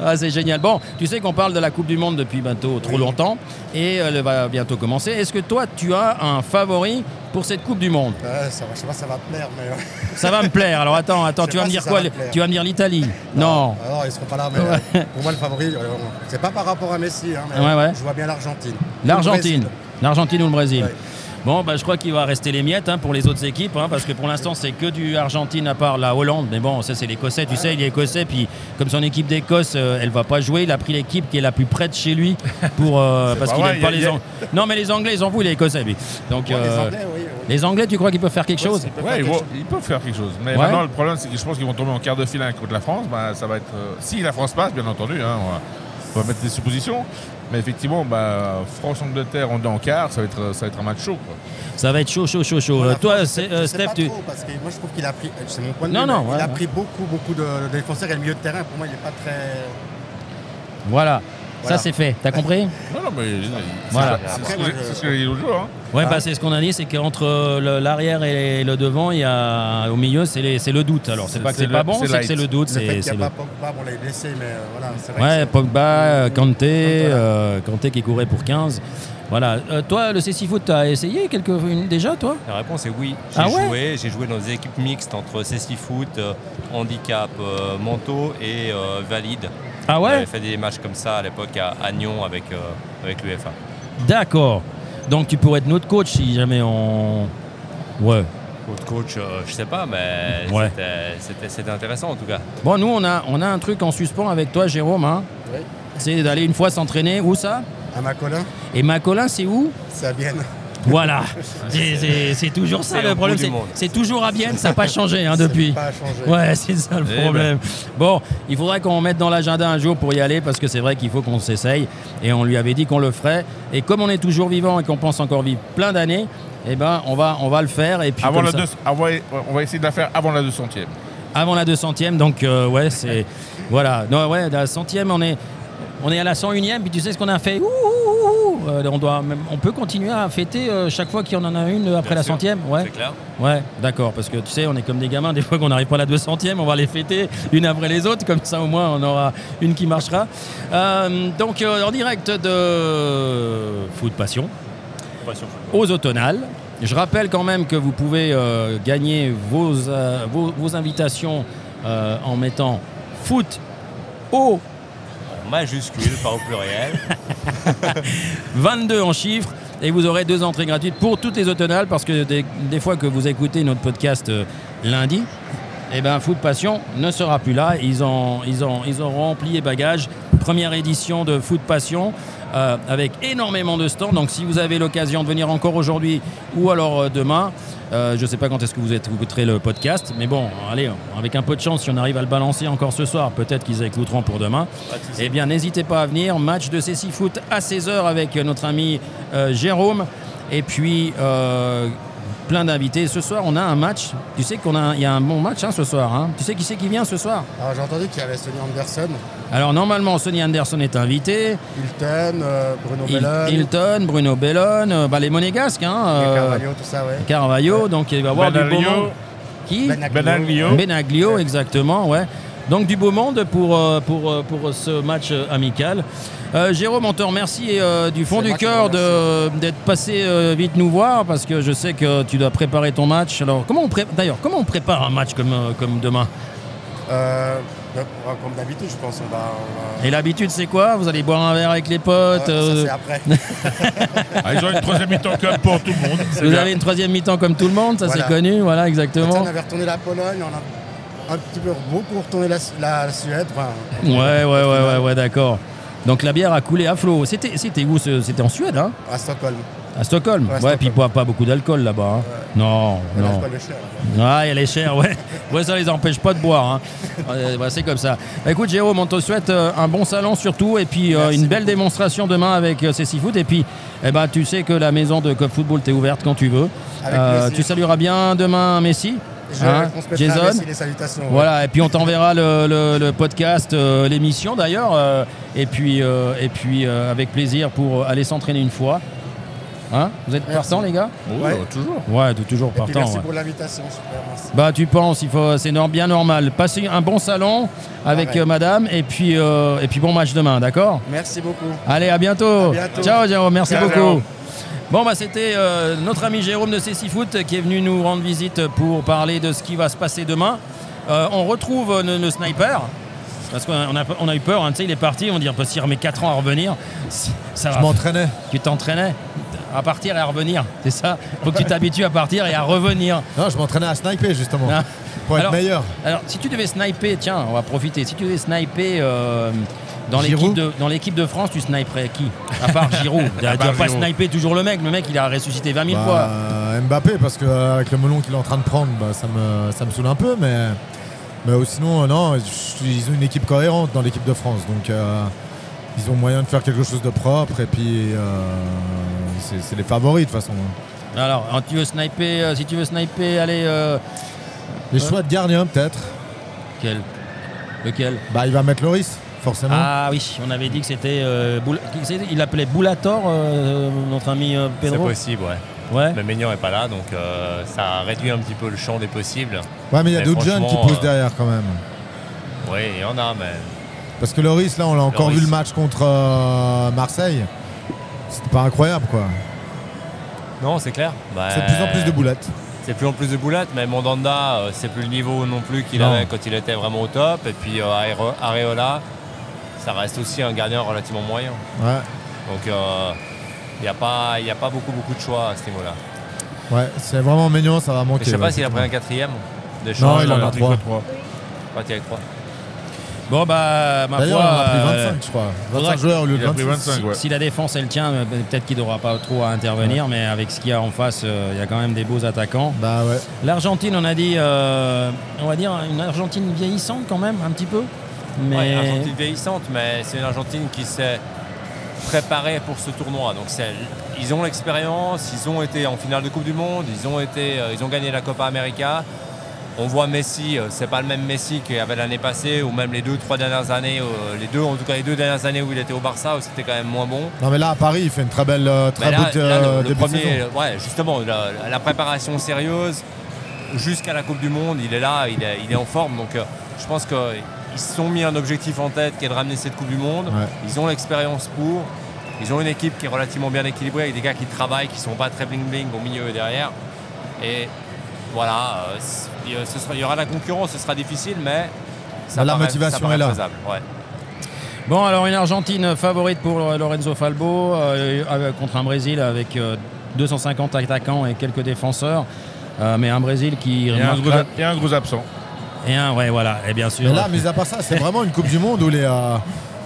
D: Ah, c'est génial. Bon, tu sais qu'on parle de la Coupe du Monde depuis bientôt trop longtemps et elle va bientôt commencer. Est-ce que toi, tu as un favori pour cette Coupe du Monde
K: Ouais, ça va, je sais pas, ça va te plaire, mais. euh,
D: Ça va me plaire. Alors attends, attends,
K: Je sais
D: tu vas
K: pas
D: me
K: si
D: dire
K: ça
D: quoi
K: va te plaire.
D: Tu vas me dire l'Italie Non.
K: Alors, ils seront pas là, mais euh, pour moi, le favori, euh, c'est pas par rapport à Messi, hein, mais
D: Ouais, ouais.
K: je vois bien l'Argentine. Ou le
D: L'Argentine.
K: Brésil.
D: L'Argentine ou le Brésil.
K: Ouais.
D: Bon, bah, je crois qu'il va rester les miettes hein, pour les autres équipes, hein, parce que pour l'instant, c'est que du Argentine à part la Hollande. Mais bon, ça, c'est l'Écossais. Tu sais, il est Écossais. Puis, comme son équipe d'Écosse, euh, elle va pas jouer, il a pris l'équipe qui est la plus près de chez lui. pour euh, Parce
F: pas
D: qu'il
F: vrai,
D: aime pas
F: il y a-
D: les
F: il y a-
D: Anglais. Non, mais les Anglais, ils en foutent, il est Écossais. lui. Donc,
K: Ouais, les
D: euh,
K: Anglais, oui, oui.
D: les Anglais, tu crois qu'ils peuvent faire quelque chose
K: Ouais, c'est-
F: Ouais, ils, vont- ils peuvent faire quelque chose. Mais
D: Ouais.
F: maintenant, le problème, c'est que je pense qu'ils vont tomber en quart de finale contre la France. Bah, ça va être, euh, si la France passe, bien entendu, hein, on, va, on va mettre des suppositions. Mais effectivement, bah, France-Angleterre, on est en quart, ça va être, ça va être un match chaud. quoi.
D: Ça va être chaud, chaud, chaud, chaud.
K: Pour
D: Euh,
K: la
D: Toi,
K: France,
D: c'est-
K: je
D: euh,
K: sais
D: Steph,
K: pas
D: tu.
K: trop, parce que moi, je trouve qu'il a pris. euh, C'est mon point de
D: Non,
K: vue.
D: non,
K: mais
D: ouais,
K: il a
D: ouais.
K: pris beaucoup, beaucoup de, de défenseurs et le milieu de terrain. Pour moi, il n'est pas très.
D: Voilà. Ça,
K: Voilà.
D: c'est fait. T'as compris
F: Non, non, mais c'est-
D: Voilà.
F: c'est-
K: Après,
F: c'est ce que
K: moi,
F: j'ai-
K: je-
F: c'est ce que j'ai dit l'autre jour. hein.
D: Ouais,
K: Ah.
D: bah, c'est ce qu'on a dit, c'est qu'entre euh, le- l'arrière et le devant, il y a au milieu, c'est les- c'est le doute. Alors, c'est
F: C'est-
D: pas que
F: c'est
D: c'est pas
F: le-
D: bon,
F: c'est
D: c'est que
F: light.
D: c'est le doute.
K: Le fait
D: c'est
K: qu'il
D: c'est
K: n'y a
D: le-
K: pas Pogba, bon, on l'a blessé, mais euh, voilà, c'est vrai.
D: Ouais,
K: que
D: Pogba, euh, Kanté,
K: Voilà.
D: euh, Kanté qui courait pour 15. Voilà. Euh, toi, le CC Foot, t'as essayé quelque... une- déjà, toi
G: La réponse est oui. J'ai
D: Ah ouais
G: joué, j'ai joué dans des équipes mixtes entre Cécile Foot, euh, handicap, euh, manteau et euh, valide.
D: Ah
G: On
D: ouais
G: avait fait des matchs comme ça à l'époque à, à Nyon avec, euh, avec l'UFA.
D: D'accord. Donc, tu pourrais être notre coach si jamais on. Ouais.
G: Autre coach, euh, je sais pas, mais
D: Ouais.
G: c'était- c'était c'était intéressant en tout cas.
D: Bon, nous, on a, on a un truc en suspens avec toi, Jérôme. Hein.
K: Oui.
D: C'est d'aller une fois s'entraîner. Où ça
K: c'est- À Macolin,
D: Et Macolin, c'est où
K: c'est à Vienne.
D: Voilà, C'est- c'est c'est toujours ça
G: C'est
D: le
G: au
D: problème.
G: bout du
D: c'est-
G: monde.
D: C'est toujours à Vienne, ça n'a pas changé hein,
K: Ça n'a
D: depuis.
K: pas changé.
D: Ouais, c'est ça le
G: Eh ben.
D: problème. Bon, il faudra qu'on mette dans l'agenda un jour pour y aller parce que c'est vrai qu'il faut qu'on s'essaye et on lui avait dit qu'on le ferait. Et comme on est toujours vivant et qu'on pense encore vivre plein d'années, eh ben on va, on va le faire. Et puis
F: Avant
D: comme
F: la
D: ça-
F: deux- avant- on va essayer de la faire avant la 200e.
D: avant la 200e. Donc, euh, ouais, c'est. voilà. Non, ouais, la 100e, on est, on est à la 101e. Puis tu sais ce qu'on a fait Ouh, ouh, ouh, ouh. Euh, on, doit même- on peut continuer à fêter euh, chaque fois qu'il y en a une euh, après
G: Bien
D: la
G: sûr.
D: 100e Ouais,
G: C'est clair.
D: ouais d'accord. Parce que tu sais, on est comme des gamins. Des fois qu'on n'arrive pas à la 200e, on va les fêter une après les autres. Comme ça, au moins, on aura une qui marchera. Euh, donc, euh, en direct de Foot Passion aux automnales. Je rappelle quand même que vous pouvez euh, gagner vos, euh, vos, vos invitations euh, en mettant foot au
G: En Majuscule, pas au pluriel.
D: 22 en chiffres et vous aurez deux entrées gratuites pour toutes les automnales parce que des, des fois que vous écoutez notre podcast euh, lundi, eh ben Foot Passion ne sera plus là. Ils ont, ils ont, ils ont rempli les bagages. Première édition de Foot Passion euh, avec énormément de stands. Donc si vous avez l'occasion de venir encore aujourd'hui ou alors euh, demain, euh, je ne sais pas quand est-ce que vous êtes- vous écouterez le podcast, mais bon, allez, avec un peu de chance, si on arrive à le balancer encore ce soir, peut-être qu'ils écouteront pour demain. Eh bien, n'hésitez pas à venir. Match de Cécile Foot à 16h avec euh, notre ami euh, Jérôme. Et puis, euh, plein d'invités. Ce soir, on a un match. Tu sais qu'on a, un- il y a un bon match hein, ce soir. hein. Tu sais qui c'est qui vient ce soir
J: Alors, j'ai entendu qu'il y avait Sonny Anderson,
D: Alors, normalement, Sonny Anderson est invité.
J: Hilton, euh, Bruno
D: Il-
J: Bellon,
D: Hilton, Bruno Bellone, euh, bah, les Monégasques. Hein, euh,
J: Carvalho, Ben tout ça, ouais.
D: Carvalho. Donc, il va y avoir du beau
F: Benaglio.
D: monde. Qui
K: Ben
J: Ben
F: Benaglio.
D: Benaglio, exactement, ouais. Donc du beau monde pour, euh, pour, euh, pour ce match euh, amical. Euh, Jérôme, on te remercie euh, du fond
J: C'est
D: du
J: moi qui
D: cœur
J: vous
D: de- d'être passé euh, vite nous voir parce que je sais que tu dois préparer ton match. Alors comment on pré- d'ailleurs comment on prépare un match comme, euh, comme demain
J: Euh, bah, comme d'habitude, je pense, on va. on va-
D: Et l'habitude c'est quoi Vous allez boire un verre avec les
J: Ah,
D: potes
J: ça,
D: euh,
J: c'est après.
F: Ah, ils ont une troisième mi-temps comme pour tout le monde.
D: Vous avez une troisième mi-temps comme tout le monde, ça
J: Voilà.
D: c'est connu, voilà
J: Tiens,
D: exactement.
J: on avait retourné la Pologne, on a un petit peu beaucoup retourné la, la Suède. Enfin,
D: Ouais ouais ouais ouais, ouais d'accord. Donc la bière a coulé à flot. C'était c'était où ce- C'était en Suède, hein
J: à Stockholm.
D: À Stockholm
J: Ouais,
D: Ouais,
J: Stockholm.
D: puis ils boivent pas beaucoup d'alcool là-bas. hein. Non, non.
J: Pas le cher.
D: Ah, elle est chère, ouais. ouais, ça les empêche pas de boire. hein. Euh, bah, c'est comme ça. Bah, écoute, Jérôme, on te souhaite euh, un bon salon surtout et puis euh,
J: Merci
D: une belle
J: beaucoup.
D: démonstration demain avec euh, ces six foot. Et puis, eh ben, tu sais que la maison de Cop Football t'est ouverte quand tu veux. Euh,
J: Avec plaisir.
D: tu salueras bien demain Messi,
J: Je
D: hein,
J: transmettrai à
D: Jason.
J: Messi les salutations. ouais.
D: Voilà, et puis on t'enverra le, le- le podcast, euh, l'émission d'ailleurs, euh, et puis, euh, et puis euh, avec plaisir pour aller s'entraîner une fois. Hein Vous êtes
J: Merci.
D: partants les gars
J: Ouais.
F: toujours.
D: Ouais, t'es toujours
J: Et puis,
D: Oh, partant.
J: merci
D: ouais.
J: pour l'invitation, super. Merci.
D: Bah tu penses, il faut, c'est nor- bien normal. Passez un bon salon avec
J: Pareil.
D: euh, madame et puis, euh, et puis bon match demain, d'accord
J: Merci beaucoup.
D: Allez, à bientôt.
J: À bientôt.
D: Ciao Jérôme, merci
F: Ciao,
D: beaucoup.
F: Jérôme.
D: Bon bah c'était euh, notre ami Jérôme de Cécifoot Foot qui est venu nous rendre visite pour parler de ce qui va se passer demain. Euh, on retrouve euh, le, le sniper. Parce qu'on a, on a, on a eu peur, hein, tu sais, il est parti, on dit on peut s'y remet 4 ans à revenir. Ça
E: Je
D: va
E: m'entraînais.
D: tu t'entraînais à partir et à revenir, c'est ça Faut que tu t'habitues à partir et à revenir.
E: Non, je m'entraînais à sniper justement.
D: Ah.
E: Pour être
D: Alors-
E: meilleur.
D: Alors, si tu devais sniper, tiens, on va profiter. Si tu devais sniper euh, dans l'équipe
E: Giroud
D: de dans l'équipe de France, tu sniperais qui À part Giroud. tu vas
F: part
D: pas
F: Giroud.
D: sniper toujours le mec. Le mec, il a ressuscité 20 000 fois.
E: Bah, Mbappé parce que euh, avec le melon qu'il est en train de prendre, bah, ça me ça me saoule un peu, mais mais euh, sinon euh, non, je- ils ont une équipe cohérente dans l'équipe de France, donc euh, ils ont moyen de faire quelque chose de propre et puis euh, c'est c'est les favoris de toute façon.
D: Alors, hein, tu veux sniper euh, Si tu veux sniper, allez. euh,
E: Les choix de gardien peut-être.
D: quel Lequel
E: Bah il va mettre Loris forcément.
D: Ah oui, on avait dit que c'était. euh, Boul- qui c'était Il l'appelait Boulator, euh, notre ami euh,
G: C'est
D: Pedro.
G: possible, ouais.
D: Ouais.
G: Mais Maignan n'est pas là, donc euh, ça réduit un petit peu le champ des possibles.
E: ouais mais il y a
G: mais
E: d'autres jeunes qui
G: franchement,
E: poussent
G: euh,
E: derrière quand même.
G: Oui, il y en a, mais
E: Parce que Loris là on l'a encore
G: Loris.
E: vu le match contre euh, Marseille. C'était pas incroyable quoi.
G: Non, c'est clair. Bah,
E: C'est de plus en plus de boulettes.
G: C'est de plus en plus de boulettes, mais Mandanda, euh, c'est plus le niveau non plus qu'il
D: Non.
G: avait quand il était vraiment au top. Et puis euh, Aero- Areola, ça reste aussi un gardien relativement moyen.
E: Ouais.
G: Donc il n'y a, pas- y a pas beaucoup, beaucoup de choix à ce niveau-là.
E: Ouais, c'est vraiment mignon, ça va
G: Mais
E: manquer.
G: je sais pas
E: bah, ouais,
G: s'il a pris un quatrième
E: Non,
G: euh, d'échange.
E: il en a
G: Alors,
E: trois.
G: quand il y a trois.
D: Bon, bah, ma foi.
E: D'ailleurs, il en a pris
D: euh,
E: 25, je crois.
D: faudra
E: 25
D: que-
E: joueurs au lieu de
F: Il a pris
E: 26.
F: 25, ouais.
D: Si la défense elle tient, euh, peut-être qu'il n'aura pas trop à intervenir, mais avec ce qu'il y a en face, euh, il y a quand même des beaux attaquants.
E: Bah ouais.
D: L'Argentine, on a dit, euh, on va dire une Argentine vieillissante quand même, un petit peu. Mais
G: Ouais, Argentine vieillissante, mais c'est une Argentine qui s'est préparée pour ce tournoi. Donc c'est- ils ont l'expérience, ils ont été en finale de Coupe du Monde, ils ont été, euh, ils ont gagné la Copa América. On voit Messi, euh, c'est pas le même Messi qu'il y avait l'année passée, ou même les deux, trois dernières années, euh, les deux, en tout cas les deux dernières années où il était au Barça, où c'était quand même moins bon.
E: Non mais là à Paris il fait une très belle euh, très
G: Mais là-
E: bonne
G: Ben là,
E: euh,
G: le- le,
E: début de
G: premier,
E: saison.
G: ouais, justement, la, la préparation sérieuse jusqu'à la Coupe du Monde, il est là, il est, il est en forme. Donc, euh, je pense qu'ils se sont mis un objectif en tête qui est de ramener cette Coupe du Monde.
E: Ouais.
G: Ils ont l'expérience pour. Ils ont une équipe qui est relativement bien équilibrée avec des gars qui travaillent, qui ne sont pas très bling-bling au milieu et derrière. Et voilà, euh, c- il y a- ce sera- il y aura de la concurrence, ce sera difficile, mais ça
E: Mais la
G: paraît-
E: motivation
G: ça paraît
E: est là.
G: faisable, ouais.
D: Bon, alors une Argentine favorite pour Lorenzo Falbo euh, euh, contre un Brésil avec euh, 250 attaquants et quelques défenseurs. Euh, mais un Brésil qui
F: Il y a un
D: marque
F: gros,
D: là-
F: il y a un gros absent.
D: et un ouais voilà et bien sûr
E: Mais là mis à part ça c'est vraiment une Coupe du Monde où les euh,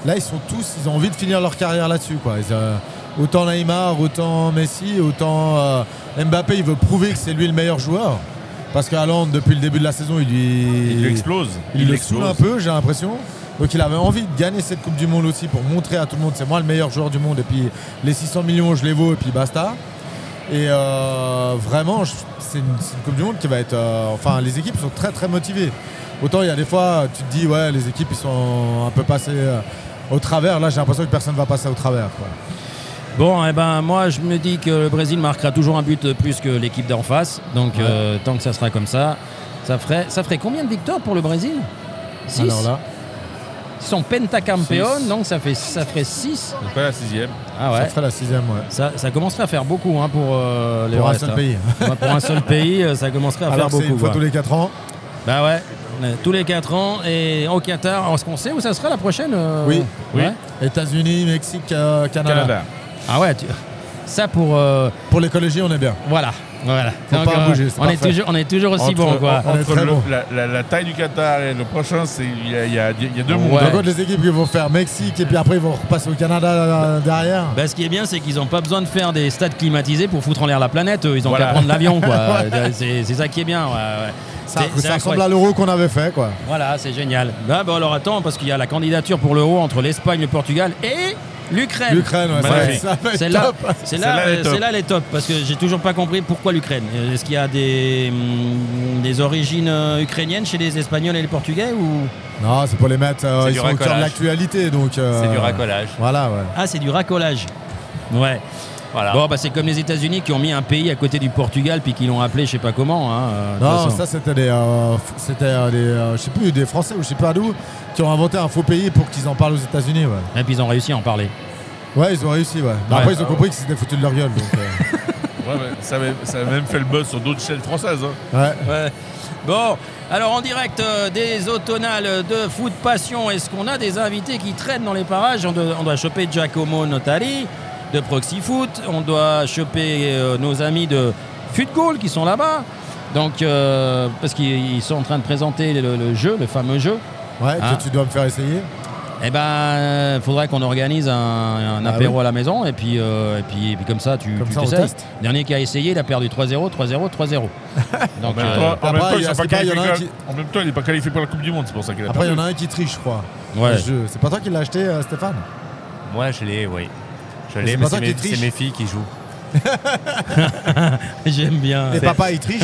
E: là ils sont tous ils ont envie de finir leur carrière là-dessus quoi. Ils, euh, autant Neymar, autant Messi, autant euh, Mbappé il veut prouver que c'est lui le meilleur joueur parce qu'à Londres depuis le début de la saison il lui
F: Il explose.
E: il, le saoule un peu, j'ai l'impression. Donc il avait envie de gagner cette Coupe du Monde aussi pour montrer à tout le monde c'est moi le meilleur joueur du monde et puis les 600 millions je les vaux et puis basta. Et euh, vraiment je- c'est une, c'est une Coupe du Monde qui va être... euh, enfin les équipes sont très très motivées. Autant il y a des fois tu te dis ouais les équipes ils sont un peu passées euh, au travers. Là j'ai l'impression que personne va passer au travers. quoi.
D: Bon, eh ben, moi, je me dis que le Brésil marquera toujours un but de plus que l'équipe d'en face. Donc, euh, tant que ça sera comme ça, ça ferait, ça ferait combien de victoires pour le Brésil 6
E: Alors là,
D: Ils sont pentacampeon,
F: Six.
D: donc ça, fait, ça ferait 6.
F: C'est pas la sixième.
D: Ah
E: ça
D: ouais.
E: ferait la sixième ouais.
D: Ça, ça commencerait à faire beaucoup hein, pour euh, les
E: Pour un
D: restes,
E: seul
D: hein.
E: pays.
D: Ouais, pour un seul pays, euh, ça commencerait à
E: Alors que
D: faire
E: c'est une
D: beaucoup.
E: fois
D: ouais.
E: tous les 4 ans.
D: Bah ouais, euh, tous les 4 ans. Et au Qatar, est-ce qu'on sait où ça sera la prochaine euh,
E: Oui.
F: Oui.
D: ouais
E: États-Unis, Mexique, euh, Canada.
F: Canada.
D: Ah ouais, tu- ça pour. euh,
E: Pour les collégiens on est bien.
D: Voilà, voilà. euh,
E: Faut pas bouger, c'est
D: on, est
E: parfait.
D: toujours, on est toujours aussi bon, quoi.
E: on est
F: entre
E: très
F: le-
E: bon.
F: la, la- la taille du Qatar et le prochain, c'est- il y, a- il y a- il y a deux
D: Ouais.
F: mondes.
E: Par contre, les équipes qui vont faire Mexique et puis après ils vont repasser au Canada euh, derrière.
D: Bah, ce qui est bien, c'est qu'ils n'ont pas besoin de faire des stades climatisés pour foutre en l'air la planète. eux. Ils ont
F: Voilà.
D: qu'à prendre l'avion, quoi. c'est c'est ça qui est bien. ouais, ouais.
E: Ça,
D: C'est- c'est
E: ça ressemble
D: incroyable.
E: à l'euro qu'on avait fait quoi.
D: Voilà, c'est génial. Bah, bah, alors attends, parce qu'il y a la candidature pour l'euro entre l'Espagne, le Portugal et l'Ukraine.
E: L'Ukraine, ouais, ça, va être-
F: Magnifique.
E: ça va être
D: C'est là,
E: top.
D: c'est
F: Celle-là,
D: là,
F: elle est
D: euh,
F: top.
D: c'est là les top parce que j'ai toujours pas compris pourquoi l'Ukraine. Euh, Est-ce qu'il y a des, hum, des origines euh, ukrainiennes chez les Espagnols et les Portugais ou
E: Non, c'est pour les mettre. euh,
G: C'est
E: ils
G: du
E: sont au cœur de
G: racolage.
E: l'actualité, donc. euh,
G: C'est du racolage.
E: Voilà, ouais.
D: ah c'est du racolage. Ouais.
G: Voilà.
D: Bon bah c'est comme les États-Unis qui ont mis un pays à côté du Portugal puis qui l'ont appelé je sais pas comment. hein, euh, de toute
E: Non,
D: façon.
E: ça c'était des, euh, f- c'était euh, des, euh, je sais plus, des Français ou je sais pas d'où, qui ont inventé un faux pays pour qu'ils en parlent aux États-Unis, ouais.
D: Et puis ils ont réussi à en parler.
E: Ouais, ils ont réussi, ouais. Mais
D: Ouais.
E: Après, ils ont compris que c'était foutu de leur gueule, donc. euh,
F: Ouais, ouais, ça, avait, ça avait même fait le buzz sur d'autres chaînes françaises. hein.
E: ouais.
D: Ouais. Bon, alors en direct euh, des automnales de Foot Passion, est-ce qu'on a des invités qui traînent dans les parages on, doit- on doit choper Giacomo Notari de Proxy Foot, on doit choper euh, nos amis de Football qui sont là-bas. Donc, euh, parce qu'ils ils sont en train de présenter le, le jeu, le fameux jeu.
E: Ouais,
D: Hein
F: Ah.
E: que tu dois me faire essayer.
D: Eh ben, il faudrait qu'on organise un, un
E: Ah
D: apéro
E: oui.
D: à la maison et puis, euh, et puis, et puis comme ça, tu,
E: Comme
D: tu
E: ça, on
D: t'essayes.
E: teste.
D: Dernier qui a essayé, il a perdu 3-0, 3-0, 3-0.
F: En
D: Donc,
F: même
D: euh,
F: temps- en même
E: après,
F: temps,
E: il y
F: ils
E: a-
F: sont pas
E: c'est pas, il
F: qualifiés
E: y en a un
F: pour la-
E: qui-
F: en même temps, il n'est pas qualifié pour la Coupe du Monde, c'est pour ça qu'il a
E: Après, il y en
F: perdu.
E: a un qui triche, je crois.
D: ouais.
E: Le jeu. C'est pas toi qui l'as acheté, euh, Stéphane
G: Moi, je l'ai, oui. Je
E: Mais c'est
G: l'ai,
E: pas
G: mais
E: toi
G: c'est
E: qui
G: mes,
E: triches.
G: c'est mes filles qui jouent.
D: J'aime bien.
E: Et papa, il triche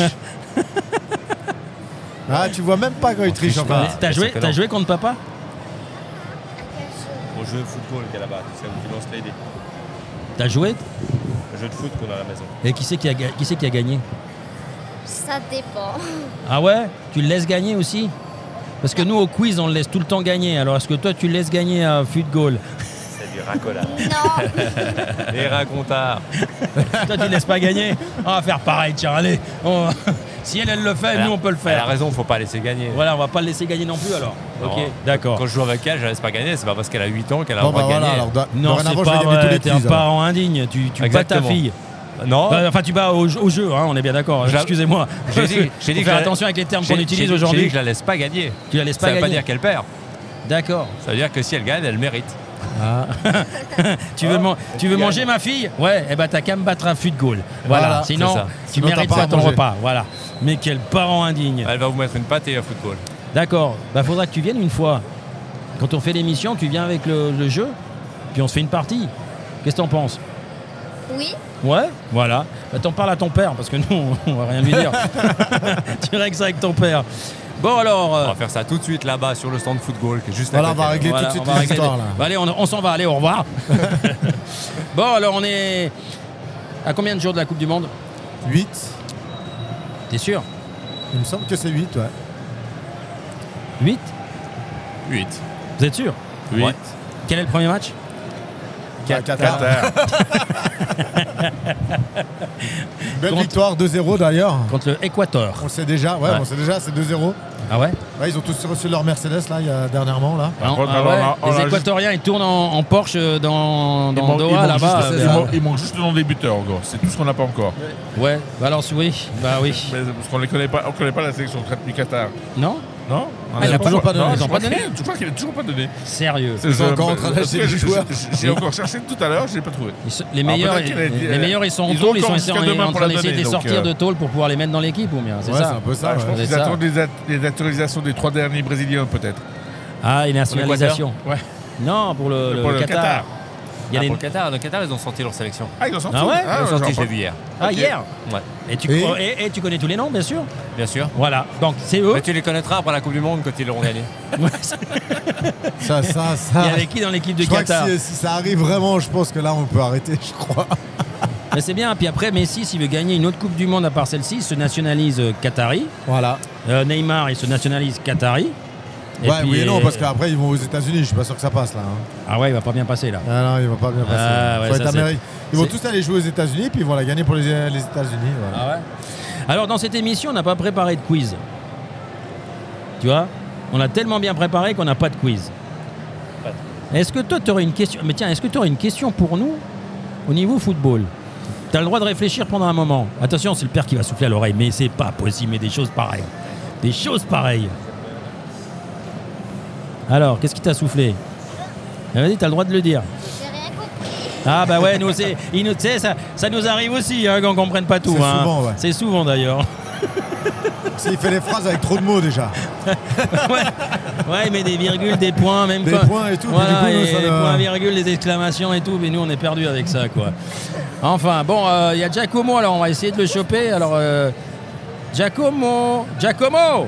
E: Ah, tu vois même pas quand il triche,
G: triche
E: en
G: pas.
E: fait.
D: Mais T'as
G: c'est
D: joué,
G: que
D: t'as
G: non.
D: joué contre papa
A: Au jeu de football qu'il y a là-bas, tu sais, où tu lances les dés.
D: T'as joué
A: Le jeu de foot qu'on a à la maison.
D: Et qui c'est qui a, ga- qui, c'est qui a gagné
L: Ça dépend.
D: Ah ouais Tu le laisses gagner aussi Parce que nous, au quiz, on le laisse tout le temps gagner. Alors est-ce que toi, tu le laisses gagner à Fut Goal
A: C'est du racolage.
L: Non,
G: Les racontards.
D: Toi, tu le laisses pas gagner On va faire pareil, tiens, allez. On- Si elle, elle le fait, nous, on peut le
G: Elle a
D: faire.
G: raison, faut pas laisser gagner.
D: Voilà, on va pas le laisser gagner non plus alors.
G: Non.
D: Ok, d'accord.
G: Quand je joue avec elle, je la laisse pas gagner. C'est pas parce qu'elle a 8 ans qu'elle a
E: Bon,
G: le droit
E: bah
G: de
E: voilà,
G: gagner.
E: alors, do-
D: Non, c'est
E: dorénavant, je
D: pas
E: vais gagner tous
D: vrai,
E: les
D: t'es un
E: quiz, alors.
D: parent indigne, tu, tu bats ta
G: Exactement.
D: fille.
G: Non,
D: Euh, Enfin, tu bats au, au jeu, hein, on est bien d'accord,
G: Je la-
D: excusez-moi.
G: j'ai dit, j'ai dit
D: Faut faire
G: que je la-
D: attention avec les termes qu'on
G: j'ai- j'ai
D: utilise
G: dit- J'ai dit
D: aujourd'hui.
G: que je la laisse pas gagner.
D: Tu la laisses pas
G: Ça veut pas
D: gagner.
G: dire qu'elle perd.
D: D'accord.
G: Ça veut dire que si elle gagne, elle mérite. Oh,
D: Tu veux, man- tu veux manger ma fille Ouais, eh ben t'as qu'à me battre un fut de Gaulle. Voilà,
E: Voilà,
D: sinon
G: c'est ça.
D: tu
E: Sinon, t'as
D: mérites
E: pas
D: pas
E: à
D: ton
E: manger.
D: repas. Voilà. Mais quel parent indigne.
G: Elle va vous mettre une pâtée à football.
D: D'accord, bah faudra que tu viennes une fois. Quand on fait l'émission, tu viens avec le, le jeu, puis on se fait une partie. Qu'est-ce que t'en penses
L: Oui,
D: Ouais, voilà. Bah, T'en parles à ton père, parce que nous, on va rien lui dire. tu règles ça avec ton père. Bon, alors. On
G: va faire ça tout de suite là-bas sur le stand de football qui est juste
D: Voilà,
G: à
D: on
G: côté.
D: va régler tout de Voilà, suite on va les régler- histoires, là. Bah, allez, on, on s'en va, allez, au revoir. bon, alors, on est. À combien de jours de la Coupe du Monde
E: 8.
D: T'es sûr
E: Il me semble que c'est 8, ouais.
D: 8
G: 8.
D: Vous êtes sûr
G: Huit.
D: Ouais. Quel est le premier match
E: Qatar. Qatar. Belle victoire 2-0 d'ailleurs.
D: Contre le Équateur.
E: On le sait déjà, ouais,
D: Ouais.
E: on sait déjà, c'est 2-0.
D: Ah ouais
E: Ouais, ils ont tous reçu leur Mercedes là, il y a dernièrement là.
D: Ah, ah ouais, les Équatoriens, ils tournent en, en Porsche euh, dans, dans
F: manque-
D: Doha
F: manque
D: là-bas.
F: juste-
D: euh,
F: il manque- il manque juste le nom des buteurs encore. C'est tout ce qu'on n'a pas encore.
D: Ouais, bah alors oui, bah oui.
F: parce qu'on ne connaît pas, on connaît pas la sélection du Qatar.
D: Non
F: Non
D: Ah, ils
F: je
D: l'ont
F: crois-
D: toujours pas donné.
F: non,
D: Ils
F: je
D: ont
F: crois
D: pas donné
F: qu'il- Je crois qu'il n'est toujours pas donné.
D: Sérieux
F: C'est- je- parce que j'ai- j'ai- J'ai encore cherché tout à l'heure, je l'ai pas trouvé.
D: Les
F: Alors,
D: meilleurs,
F: peut-être qu'il a
D: les,
F: été-
D: les meilleurs, ils sont en
F: ont
D: tôle, ils sont
F: encore
D: essayant-
F: jusqu'à demain
D: en
F: pour
D: train
F: la
D: d'essayer de
F: donner,
D: les
F: donc,
D: sortir
F: euh,
D: de tôle pour pouvoir les mettre dans l'équipe ou bien, c'est ça
F: Ah, Je pense
D: C'est
F: qu'ils
D: ça.
F: attendent les, at- les naturalisations des trois derniers Brésiliens, peut-être.
D: Ah, les nationalisations.
F: Pour l'Équateur.
D: Non, pour le,
F: Pour le Qatar.
D: Il y a
G: Ah,
D: des-
G: pour le Qatar, le Qatar, ils ont sorti leur sélection.
F: Ah, ils ont sorti
D: Ah ouais
G: Ils ont sorti, je l'ai vu hier.
D: Ah, hier
G: Ouais.
D: Et tu, crois- et- et tu connais tous les noms, bien sûr
G: Bien sûr.
D: Voilà, donc c'est eux.
G: Mais tu les connaîtras après la Coupe du Monde quand ils l'auront gagné.
E: Ça, ça, ça.
D: Il y avait qui dans l'équipe du
E: Je crois que
D: Qatar
E: si, si ça arrive vraiment, je pense que là on peut arrêter, je crois.
D: Mais c'est bien. Puis après, Messi, s'il veut gagner une autre Coupe du Monde à part celle-ci, il se nationalise euh, Qatari. Euh,
E: Voilà.
D: Neymar, il se nationalise Qatari. Et
E: ouais,
D: puis,
E: oui et non,
D: euh,
E: parce qu'après ils vont aux États-Unis, je suis pas sûr que ça passe là. hein.
D: Ah ouais, il va pas bien passer là.
E: Ah non, il va pas bien passer.
D: Ah ouais,
E: Faut
D: ça,
E: être
D: c'est-
E: Amérique. Ils vont
D: c'est-
E: tous aller jouer aux États-Unis, puis ils vont la gagner pour les, les États-Unis. voilà.
D: Ah ouais Alors, dans cette émission, on n'a pas préparé de quiz. Tu vois On l'a tellement bien préparé qu'on n'a pas de quiz. Est-ce que toi, tu aurais une question Mais tiens, est-ce que tu aurais une question pour nous au niveau football Tu as le droit de réfléchir pendant un moment. Attention, c'est le père qui va souffler à l'oreille, mais c'est pas possible, mais des choses pareilles. Des choses pareilles. Alors, qu'est-ce qui t'a soufflé Ah, Vas-y, t'as le droit de le dire. Ah bah ouais, nous c'est, il nous- tu sais, ça, ça nous arrive aussi hein, qu'on comprenne pas tout.
E: C'est
D: hein.
E: souvent, ouais.
D: C'est souvent d'ailleurs.
E: Il fait des phrases avec trop de mots déjà.
D: Ouais, mais des virgules, des points, même
E: Des
D: quoi.
E: points et tout, puis
D: Voilà,
E: du coup, nous,
D: et
E: ça
D: les
E: ne-
D: points, virgules, les exclamations et tout, mais nous on est perdus avec ça quoi. Enfin, bon, euh, il y a Giacomo, alors on va essayer de le choper. Alors euh, Giacomo, Giacomo,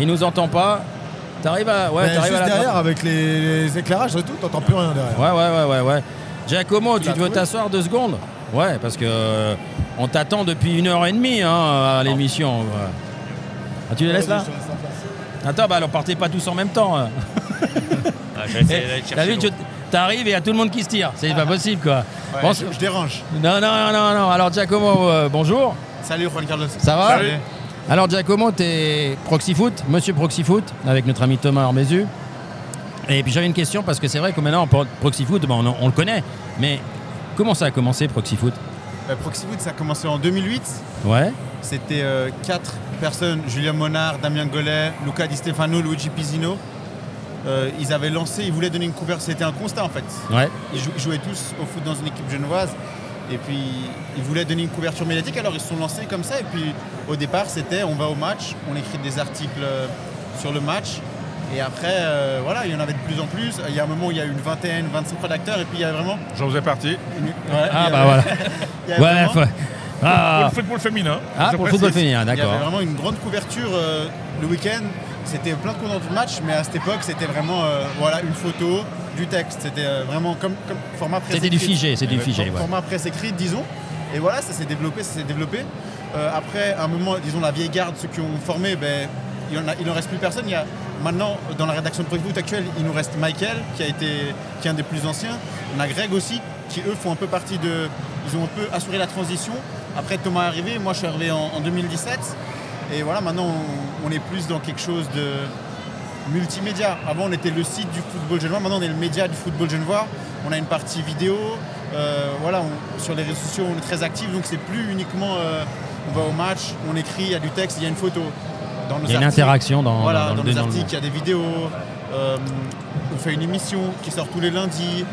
D: il nous entend pas. T'arrives à, ouais,
E: Mais
D: t'arrives
E: Ben, juste
D: à la-
E: derrière, avec les, les éclairages et tout, t'entends plus rien derrière.
D: Ouais, ouais, ouais, ouais, ouais. Giacomo, tu,
E: l'as
D: veux
E: trouvé
D: t'asseoir deux secondes Ouais, parce que euh, on t'attend depuis une heure et demie hein, à l'émission. ouais. Ah, tu les laisses là Attends, bah alors partez pas tous en même temps. hein.
G: j'ai essayé
D: Eh,
G: d'aller chercher
D: T'as vu,
G: l'eau.
D: tu t'arrives et il y a tout le monde qui se tire. C'est pas possible quoi.
J: Ouais,
D: Bon,
J: je- je dérange.
D: Non, non, non, non, non. Alors Giacomo, euh, bonjour.
J: Salut Juan Carlos.
D: Ça va Alors Giacomo, t'es Proxyfoot, monsieur Proxyfoot, avec notre ami Thomas Ormezu. Et puis j'avais une question parce que c'est vrai que maintenant Pro- Proxyfoot, ben, on, on le connaît, mais comment ça a commencé Proxyfoot
K: Euh, Proxywood, ça a commencé en 2008.
D: Ouais.
K: C'était euh, quatre personnes, Julien Monard, Damien Gollet, Luca Di Stefano, Luigi Pisino. Euh, ils avaient lancé, ils voulaient donner une couverture, c'était un constat en fait.
D: Ouais.
K: Ils, jou- ils jouaient tous au foot dans une équipe genevoise. Et puis ils voulaient donner une couverture médiatique, alors ils se sont lancés comme ça. Et puis au départ, c'était on va au match, on écrit des articles euh, sur le match. Et après, euh, voilà, il y en avait de plus en plus. Il y a un moment où il y a eu une vingtaine, 25 rédacteurs, et puis il y a vraiment.
F: J'en faisais partie.
D: Ah bah voilà. Ouais, faut- Ah.
F: Pour le football féminin.
D: Ah,
K: Je
D: pour le football
K: précise.
D: féminin,
K: Il y
D: d'accord.
K: avait vraiment une grande couverture euh, le week-end. C'était plein de contenu de match, mais à cette époque, c'était vraiment euh, voilà, une photo, du texte. C'était euh, vraiment comme, comme format presse
D: C'était du
K: écrite.
D: figé, c'était du
K: Ouais,
D: figé,
K: comme
D: ouais.
K: Format presse écrite, disons. Et voilà, ça s'est développé, ça s'est développé. Euh, après, à un moment, disons, la vieille garde, ceux qui ont formé, ben, il n'en il en reste plus personne. Il y a, maintenant, dans la rédaction de Proxyfoot actuelle, il nous reste Michael, qui, a été, qui est un des plus anciens. On a Greg aussi, qui eux font un peu partie de. Ils ont un peu assuré la transition. Après, Thomas est arrivé, moi je suis arrivé en, en 2017. Et voilà, maintenant, on, on est plus dans quelque chose de multimédia. Avant, on était le site du football genevois. Maintenant, on est le média du football genevois. On a une partie vidéo. Euh, voilà, on- sur les réseaux sociaux, on est très actifs. Donc, c'est plus uniquement euh, on va au match, on écrit, il y a du texte, il y a une photo. Dans nos
D: Il y a une
K: articles-
D: interaction dans- dans-
K: voilà,
D: dans
K: dans
D: le-
K: nos
D: dans le-
K: articles, il y a des vidéos. Euh, on fait une émission qui sort tous les lundis.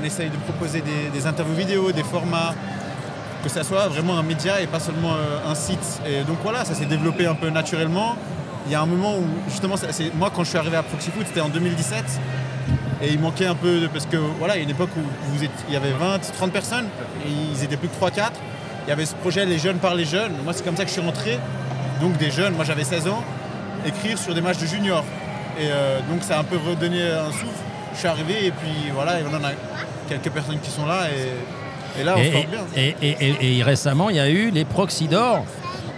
K: On essaye de proposer des, des interviews vidéo, des formats. Que ça soit vraiment un média et pas seulement euh, un site. Et donc voilà, ça s'est développé un peu naturellement. Il y a un moment où, justement, ça- c'est- moi quand je suis arrivé à Proxyfoot, c'était en 2017. Et il manquait un peu, de- parce que voilà, il y a une époque où vous êtes, il y avait 20, 30 personnes, et ils étaient plus que 3-4. Il y avait ce projet Les jeunes par les jeunes. Moi, c'est comme ça que je suis rentré. Donc des jeunes, moi j'avais 16 ans, écrire sur des matchs de juniors. Et euh, donc ça a un peu redonné un souffle. Je suis arrivé et puis voilà, et on en a quelques personnes qui sont là. Et, et là, on se
D: Et,
K: porte bien.
D: et- et- et- et récemment, il y a eu les Proxidor.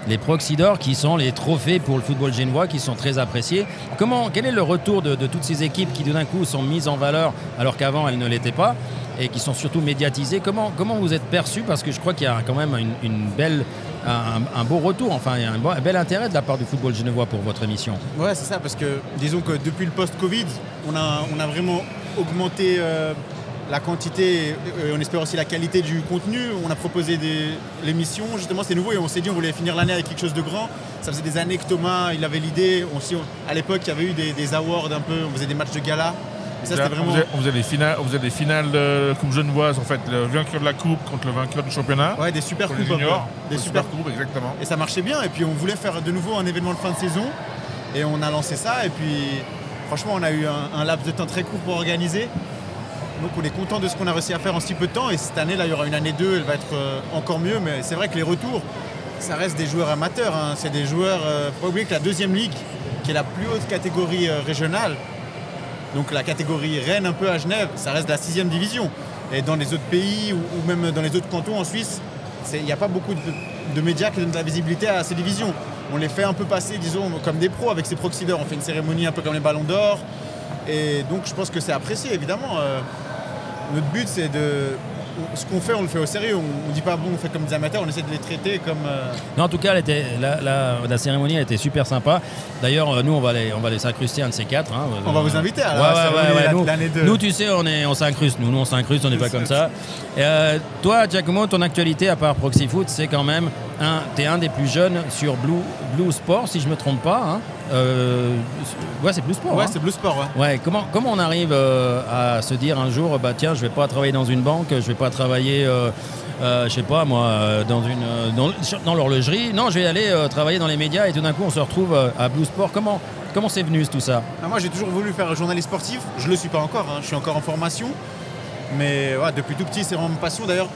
D: Les Proxidor qui sont les trophées pour le football génois qui sont très appréciés. Comment, quel est le retour de, de toutes ces équipes qui d'un coup sont mises en valeur alors qu'avant elles ne l'étaient pas et qui sont surtout médiatisées Comment, comment vous êtes perçus Parce que je crois qu'il y a quand même une, une belle, un, un beau retour, enfin il y a un, bon- un bel intérêt de la part du football genevois pour votre émission.
K: Ouais, c'est ça, parce que disons que depuis le post-Covid, on a, on a vraiment augmenté euh, la quantité et, euh, on espère aussi la qualité du contenu. On a proposé des l'émission, justement, c'est nouveau et on s'est dit on voulait finir l'année avec quelque chose de grand. Ça faisait des années que Thomas il avait l'idée. On, si on- à l'époque, il y avait eu des, des awards un peu, on faisait des matchs de gala. Et ça,
F: Là,
K: c'était
F: on,
K: vraiment.
F: faisait, on faisait les finales, on faisait les finales de Coupe Genevoise, en fait, le vainqueur de la Coupe contre le vainqueur du championnat.
K: Ouais, des super
F: Pour
K: coupes.
F: les
K: un peu.
F: juniors,
K: Des super coupes,
F: exactement.
K: Et ça marchait bien. Et puis on voulait faire de nouveau un événement de fin de saison. Et on a lancé ça. Et puis franchement, on a eu un, un laps de temps très court pour organiser. Donc on est content de ce qu'on a réussi à faire en si peu de temps. Et cette année, là, il y aura une année 2, elle va être euh, encore mieux. Mais c'est vrai que les retours, ça reste des joueurs amateurs. hein. C'est des joueurs. euh, faut pas oublier que la deuxième ligue, qui est la plus haute catégorie euh, régionale, donc la catégorie Rennes un peu à Genève, ça reste la sixième division. Et dans les autres pays ou, ou même dans les autres cantons en Suisse, c'est- il n'y a pas beaucoup de, de médias qui donnent de la visibilité à ces divisions. On les fait un peu passer, disons, comme des pros avec ces proxideurs. On fait une cérémonie un peu comme les ballons d'or. Et donc je pense que c'est apprécié, évidemment. Euh, notre but, c'est de... on- Ce qu'on fait, on le fait au sérieux. On ne dit pas, bon, on fait comme des amateurs, on essaie de les traiter comme... euh,
D: Non, en tout cas, elle était- la, la- la cérémonie elle était super sympa. D'ailleurs, euh, nous, on va aller, on va aller s'incruster un de ces quatre. hein.
K: On va vous inviter à la
D: Ouais, ouais,
K: cérémonie
D: ouais,
K: la-
D: nous-
K: l'année deux.
D: Nous, tu sais, on est, on s'incruste. Nous, nous, on s'incruste. On n'est pas comme ça. Euh, toi, Giacomo, ton actualité à part Proxy Foot, c'est quand même un, t'es un des plus jeunes sur Blue, Blue Sport, si je me trompe pas. hein. Euh, ouais, c'est Blue Sport.
K: Ouais,
D: hein.
K: c'est Blue Sport, ouais.
D: Ouais, comment, comment on arrive euh, à se dire un jour, bah tiens, je vais pas travailler dans une banque, je vais pas travailler, euh, euh, je sais pas moi, euh, dans une euh, dans, dans l'horlogerie. Non, je vais aller euh, travailler dans les médias et tout d'un coup, on se retrouve euh, à Blue Sport. Comment comment c'est venu tout ça
K: Ah, moi, j'ai toujours voulu faire journaliste sportif. Je le suis pas encore. hein. Je suis encore en formation. Mais ouais, depuis tout petit, c'est vraiment ma passion. D'ailleurs,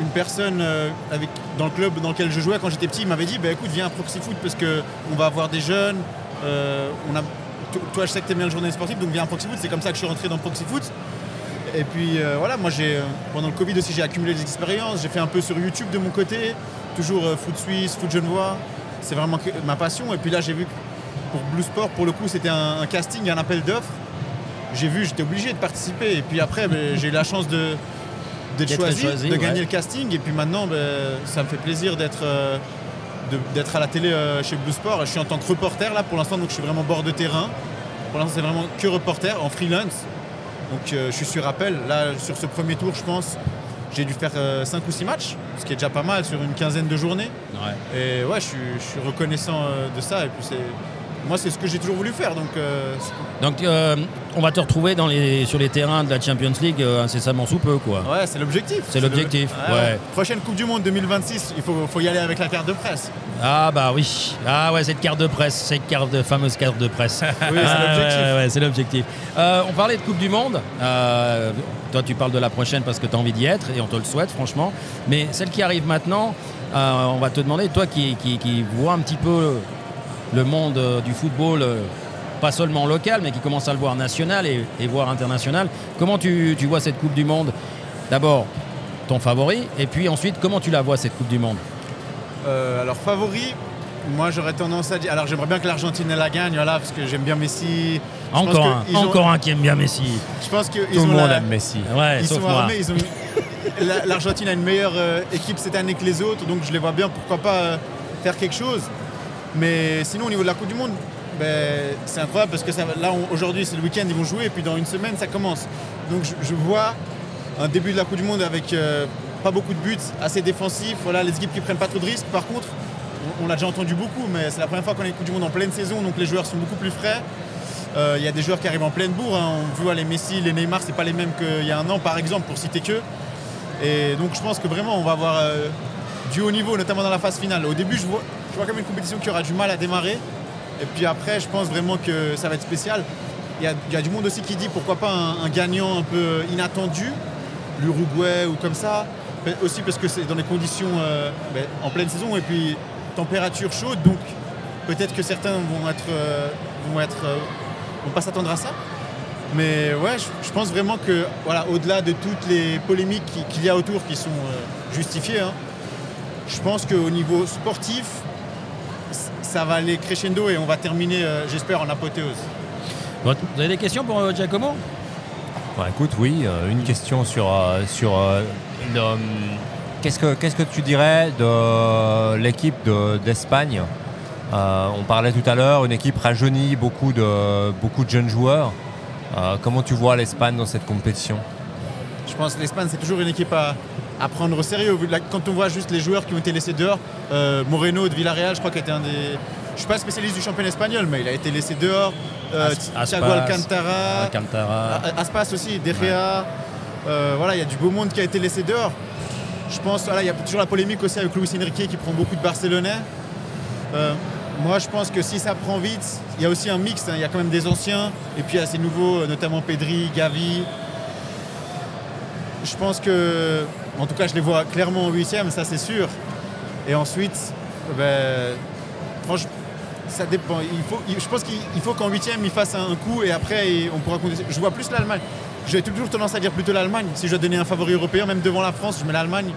K: une personne euh, avec, dans le club dans lequel je jouais quand j'étais petit, il m'avait dit bah, écoute, viens à Proxy Foot parce que on va avoir des jeunes. euh, on a... to- Toi, je sais que t'aimes bien le journaliste sportif, donc viens à Proxy Foot. C'est comme ça que je suis rentré dans Proxy Foot. Et puis euh, voilà, moi j'ai euh, pendant le Covid aussi j'ai accumulé des expériences, j'ai fait un peu sur YouTube de mon côté, toujours euh, foot suisse, foot genevois, c'est vraiment que- ma passion. Et puis là j'ai vu que pour Blue Sport, pour le coup c'était un, un casting, un appel d'offres. J'ai vu, j'étais obligé de participer. Et puis après ben, j'ai eu la chance de d'être
D: D'être
K: choisi,
D: choisi,
K: de
D: ouais.
K: gagner le casting. Et puis maintenant ben, ça me fait plaisir d'être euh, de- d'être à la télé euh, chez Blue Sport. Je suis en tant que reporter là pour l'instant, donc je suis vraiment bord de terrain. Pour l'instant, c'est vraiment que reporter en freelance. Donc euh, je suis sur appel. Là, sur ce premier tour, je pense, j'ai dû faire 5 ou 6 matchs, ce qui est déjà pas mal sur une quinzaine de journées. Et ouais, je suis, je suis reconnaissant euh, de ça. Et puis c'est, moi, c'est ce que j'ai toujours voulu faire. Donc euh, c'est-
D: Donc euh, on va te retrouver dans les sur les terrains de la Champions League euh, incessamment sous peu quoi.
K: ouais, c'est l'objectif.
D: C'est l'objectif,
K: le-
D: ouais.
K: Ah Prochaine Coupe du Monde 2026, il faut, faut y aller avec la carte de presse.
D: Ah bah oui. Ah ouais, cette carte de presse, cette carte de fameuse carte de presse.
K: c'est
D: Ah,
K: l'objectif.
D: ouais, ouais, c'est l'objectif. Euh, on parlait de Coupe du Monde. Euh, toi, tu parles de la prochaine parce que tu as envie d'y être et on te le souhaite, franchement. Mais celle qui arrive maintenant, euh, on va te demander, toi qui, qui- qui vois un petit peu le monde euh, du football, euh, pas seulement local, mais qui commence à le voir national et, et voir international, comment tu, tu vois cette Coupe du Monde D'abord, ton favori, et puis ensuite, comment tu la vois cette Coupe du Monde
K: Euh, alors favori, moi j'aurais tendance à dire. Alors j'aimerais bien que l'Argentine elle la gagne, voilà, parce que j'aime bien Messi. Je pense
D: Encore
K: que
D: un,
K: ils ont-
D: encore un qui aime bien Messi.
K: Je pense que
D: Tout le monde
K: la-
D: aime Messi. Ouais,
K: ils
D: sauf
K: sont
D: moi.
K: armés, ils ont une- La- L'Argentine a une meilleure euh, équipe cette année que les autres, donc je les vois bien. Pourquoi pas euh, faire quelque chose Mais sinon, au niveau de la Coupe du Monde, ben, c'est incroyable parce que ça, va- là, on- aujourd'hui, c'est le week-end, ils vont jouer, et puis dans une semaine, ça commence. Donc je, je vois un début de la Coupe du Monde avec euh, pas beaucoup de buts, assez défensif. Voilà, les équipes qui prennent pas trop de risques. Par contre, on, on l'a déjà entendu beaucoup, mais c'est la première fois qu'on a une Coupe du Monde en pleine saison, donc les joueurs sont beaucoup plus frais. Euh, Il y a des joueurs qui arrivent en pleine bourre. hein. On voit les Messi, les Neymar, c'est pas les mêmes qu'il y a un an, par exemple, pour citer que. Et donc je pense que vraiment, on va avoir euh, du haut niveau, notamment dans la phase finale. Au début, je vois, je vois comme une compétition qui aura du mal à démarrer. Et puis après, je pense vraiment que ça va être spécial. Il y a, il y a du monde aussi qui dit pourquoi pas un, un gagnant un peu euh, inattendu, l'Uruguay ou comme ça. Mais Aussi parce que c'est dans des conditions euh, ben, en pleine saison et puis température chaude, donc peut-être que certains vont être, euh, vont être, euh, vont pas s'attendre à ça. Mais ouais, je, je pense vraiment que voilà, au-delà de toutes les polémiques qui- qu'il y a autour qui sont euh, justifiées, hein, je pense qu'au niveau sportif, c- ça va aller crescendo et on va terminer, euh, j'espère, en apothéose.
D: Bon, Vous avez des questions pour euh, Giacomo
G: Bah, écoute, oui, euh, une question sur, euh, sur euh, le, hum, qu'est-ce, que, qu'est-ce que tu dirais de l'équipe de- d'Espagne Euh, On parlait tout à l'heure, une équipe rajeunie, beaucoup de, beaucoup de jeunes joueurs. Euh, comment tu vois l'Espagne dans cette compétition
K: Je pense que l'Espagne, c'est toujours une équipe à, à prendre au sérieux. Au vu de la- Quand on voit juste les joueurs qui ont été laissés dehors, euh, Moreno de Villarreal, je crois qu'il était un des. Je suis pas spécialiste du championnat espagnol, mais il a été laissé dehors. Euh,
D: Aspas,
K: Thiago Alcantara, Ah,
D: Alcantara.
K: A- Aspas aussi, De Gea. Euh, voilà, il y a du beau monde qui a été laissé dehors. Je pense, voilà, il y a toujours la polémique aussi avec Luis Enrique qui prend beaucoup de Barcelonais. Euh, moi, je pense que si ça prend vite, il y a aussi un mix. hein. Il y a quand même des anciens et puis il y a ces nouveaux, euh, notamment Pedri, Gavi. Je pense que, en tout cas, je les vois clairement en huitième, ça c'est sûr. Et ensuite, ben, franchement, ça dépend. Il faut, il- je pense qu'il il faut qu'en huitième, ils fassent un, un coup et après, il- on pourra compter. Je vois plus l'Allemagne. J'ai toujours tendance à dire plutôt l'Allemagne. Si je dois donner un favori européen, même devant la France, je mets l'Allemagne.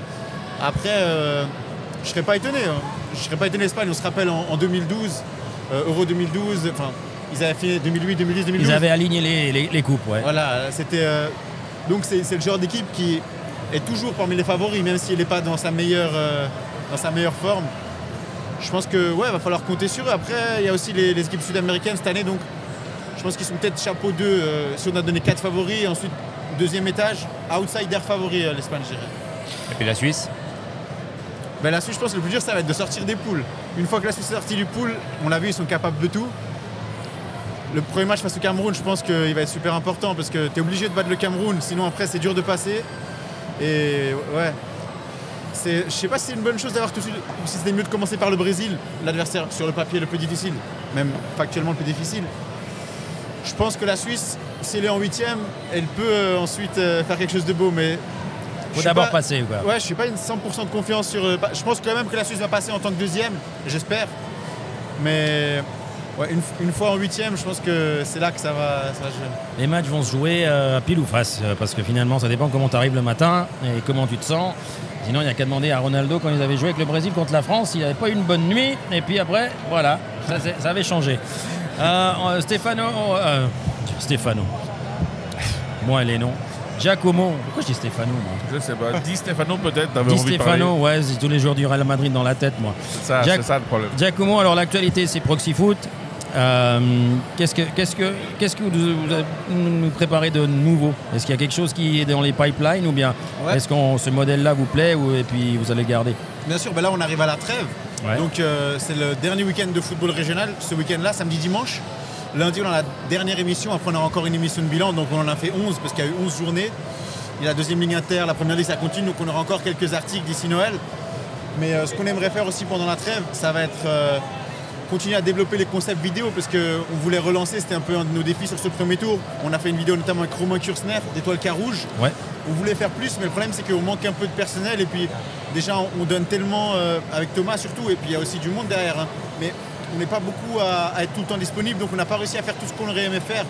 K: Après, euh, je serais pas étonné. hein. Je serais pas étonné l'Espagne. On se rappelle en, en 2012, euh, Euro 2012. Enfin, ils avaient fait 2008, 2010, 2012.
D: Ils avaient aligné les, les, les coupes, ouais.
K: Voilà, c'était. euh, donc c'est c'est le genre d'équipe qui est toujours parmi les favoris, même s'il n'est pas dans sa meilleure, euh, dans sa meilleure forme. Je pense que ouais, va falloir compter sur eux. Après, il y a aussi les, les équipes sud-américaines cette année, donc je pense qu'ils sont peut-être chapeau 2 si on a donné 4 favoris, et ensuite deuxième étage, outsider favori euh, l'Espagne, je dirais.
G: Et puis la Suisse
K: Ben, la Suisse, je pense que le plus dur, ça va être de sortir des poules. Une fois que la Suisse est sortie du poule, on l'a vu, ils sont capables de tout. Le premier match face au Cameroun, je pense qu'il va être super important parce que tu es obligé de battre le Cameroun, sinon après, c'est dur de passer. Et ouais. C'est, je sais pas si c'est une bonne chose d'avoir tout de suite, ou si c'était mieux de commencer par le Brésil, l'adversaire sur le papier le plus difficile, même factuellement le plus difficile. Je pense que la Suisse, si elle est en huitième, elle peut euh, ensuite euh, faire quelque chose de beau, mais.
D: Faut
K: je suis
D: d'abord
K: pas-
D: passer, quoi.
K: Ouais, je suis pas une 100% de confiance sur. euh, bah, je pense quand même que la Suisse va passer en tant que deuxième, j'espère. Mais ouais, une, une fois en huitième, je pense que c'est là que ça va, ça va se jouer.
D: Les matchs vont se jouer euh, à pile ou face, euh, parce que finalement, ça dépend comment tu arrives le matin et comment tu te sens. Sinon, il n'y a qu'à demander à Ronaldo quand ils avaient joué avec le Brésil contre la France, il n'avait pas eu une bonne nuit, et puis après, voilà, ça, c'est- ça avait changé. Euh, euh, Stefano. euh, Stefano. Moi, les noms. Giacomo. Pourquoi je dis Stefano, moi
F: Je sais pas. Di Stefano peut-être, t'avais
D: Di
F: envie de parler.
D: Stefano, ouais, c'est tous les jours du Real Madrid dans la tête, moi.
F: C'est ça,
D: Giac-
F: c'est ça le problème.
D: Giacomo, alors l'actualité, c'est Proxy Foot. Euh, qu'est-ce que, qu'est-ce que, qu'est-ce que vous, vous avez- nous préparez de nouveau Est-ce qu'il y a quelque chose qui est dans les pipelines ou bien
K: Ouais.
D: est-ce que ce modèle-là vous plaît ou, et puis vous allez le garder
K: Bien sûr, ben là on arrive à la trêve.
D: Ouais.
K: Donc euh, c'est le dernier week-end de football régional, ce week-end-là, samedi dimanche. Lundi on a la dernière émission, après on a encore une émission de bilan, donc on en a fait 11 parce qu'il y a eu 11 journées. Il y a la deuxième ligne inter, la première ligue ça continue, donc on aura encore quelques articles d'ici Noël. Mais euh, ce qu'on aimerait faire aussi pendant la trêve, ça va être euh, continuer à développer les concepts vidéo parce qu'on voulait relancer, c'était un peu un de nos défis sur ce premier tour. On a fait une vidéo notamment avec Romain Kursner d'Étoile Carouge.
D: Ouais.
K: On voulait faire plus, mais le problème c'est qu'on manque un peu de personnel et puis déjà on, on donne tellement euh, avec Thomas surtout et puis il y a aussi du monde derrière. hein. Mais on n'est pas beaucoup à, à être tout le temps disponible, donc on n'a pas réussi à faire tout ce qu'on aurait aimé faire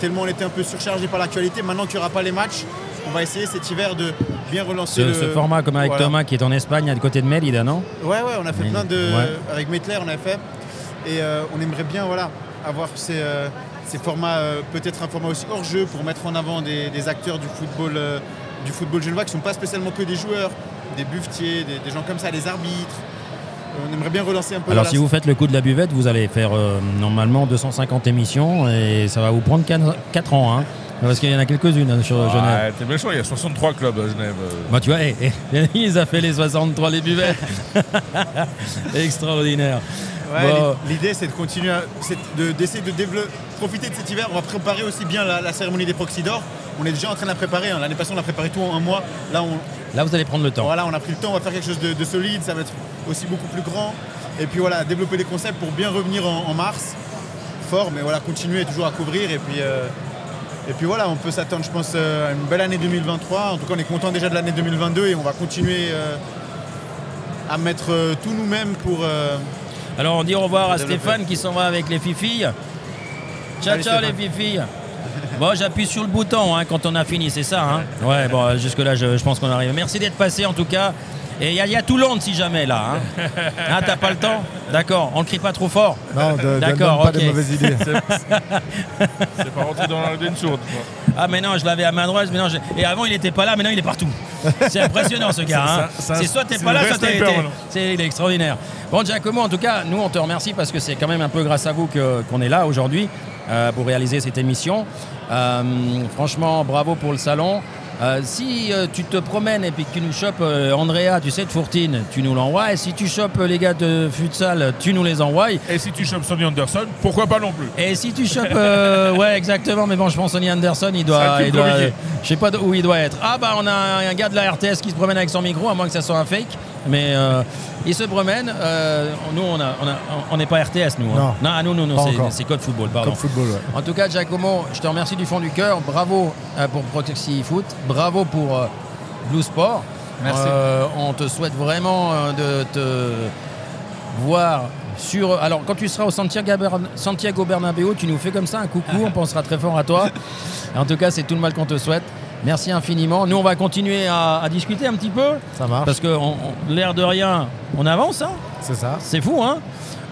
K: tellement on était un peu surchargé par l'actualité. Maintenant qu'il n'y aura pas les matchs, on va essayer cet hiver de bien relancer
D: ce,
K: le
D: ce format comme avec
K: Voilà.
D: Thomas qui est en Espagne à côté de Mérida, non
K: Ouais, ouais, on a fait
D: Mais-
K: plein de.
D: ouais.
K: Avec Mettler, on a fait. Et euh, on aimerait bien voilà, avoir ces, euh, ces formats, euh, peut-être un format aussi hors jeu pour mettre en avant des, des acteurs du football, euh, du football genevois qui ne sont pas spécialement que des joueurs, des buffetiers, des, des gens comme ça, des arbitres. Euh, On aimerait bien relancer un peu.
D: Alors
K: voilà,
D: si vous faites le coup de la buvette, vous allez faire euh, normalement 250 émissions et ça va vous prendre 4 ans, hein, parce qu'il y en a quelques-unes hein, sur Genève.
F: Ah, T'es méchant, il y a 63 clubs à Genève. euh.
D: Bah tu vois, eh, eh, il les a fait les 63 les buvettes. Extraordinaire.
K: Ouais,
D: Bon,
K: l'i- L'idée, c'est de continuer, à- c'est de- d'essayer de, développer, profiter de cet hiver. On va préparer aussi bien la, la cérémonie des Proxydor. On est déjà en train de la préparer. hein. L'année passée, on l'a préparé tout en un mois. Là, on,
D: là vous allez prendre le temps.
K: Voilà, on a pris le temps, on va faire quelque chose de, de solide, ça va être aussi beaucoup plus grand. Et puis voilà, développer des concepts pour bien revenir en, en mars, fort, mais voilà, continuez toujours à couvrir. Et puis, euh, et puis voilà, on peut s'attendre, je pense, euh, à une belle année 2023. En tout cas, on est content déjà de l'année 2022 et on va continuer euh, à mettre euh, tout nous-mêmes pour. euh,
D: Alors on dit au revoir à
K: Développer.
D: Stéphane qui s'en va avec les filles. Ciao
K: Allez,
D: ciao les
K: Stéphane.
D: filles. Bon, j'appuie sur le bouton hein, quand on a fini, c'est ça. hein ouais, bon, euh, jusque-là, je, je pense qu'on arrive. Merci d'être passé en tout cas. Et il y, a- il y a Toulon si jamais là. Hein, Hein, t'as pas le temps D'accord, on ne crie pas trop fort.
K: bah,
E: Non, de- de-
D: D'accord,
E: donne pas
D: ok.
E: de mauvaises idées.
F: C'est pas rentré dans la d'une sourde. quoi.
D: Ah mais non, je l'avais à main droite, mais non, je- et avant il était pas là, maintenant il est partout. C'est impressionnant ce gars. hein.
F: C'est- c'est un-
D: C'est soit t'es
F: c'est
D: pas
F: le
D: là,
F: vrai
D: soit t'es.
F: sniper,
D: t'es-
F: maintenant.
D: C'est il est extraordinaire. Bon Giacomo, en tout cas, nous on te remercie parce que c'est quand même un peu grâce à vous que- qu'on est là aujourd'hui euh, pour réaliser cette émission. Euh, franchement, bravo pour le salon. Euh, si euh, tu te promènes et puis que tu nous chopes euh, Andrea, tu sais, de Fourtine, tu nous l'envoies. Et si tu chopes euh, les gars de Futsal, tu nous les envoies.
F: Et si tu chopes Sonny Anderson, pourquoi pas non plus
D: Et si tu chopes. euh, ouais, exactement. Mais bon, je pense Sonny Anderson, il
F: Ça va
D: doit.
F: être
D: il doit-
F: compliqué.
D: je sais pas d- où il doit être. Ah, bah, on a un, un gars de la RTS qui se promène avec son micro, à moins que ça soit un fake. Mais euh, il se promène. euh, nous, on a- on a- on n'est pas RTS, nous. hein.
E: Non.
D: ah, nous, nous, nous,
E: Pas
D: c'est-
E: encore.
D: c'est Code Football, pardon.
E: Code Football, ouais.
D: En tout cas, Giacomo, je te remercie du fond du cœur. Bravo euh, pour Proxy Foot. Bravo pour euh, Blue Sport.
K: Merci.
D: Euh, on te souhaite vraiment euh, de te voir sur. Alors, quand tu seras au Santiago, Bern- Santiago Bernabéu, tu nous fais comme ça un coucou. on pensera très fort à toi. En tout cas, c'est tout le mal qu'on te souhaite. Merci infiniment. Nous, on va continuer à, à discuter un petit peu.
E: Ça marche.
D: Parce que on- on- l'air de rien, on avance. Hein
E: C'est ça.
D: c'est fou, hein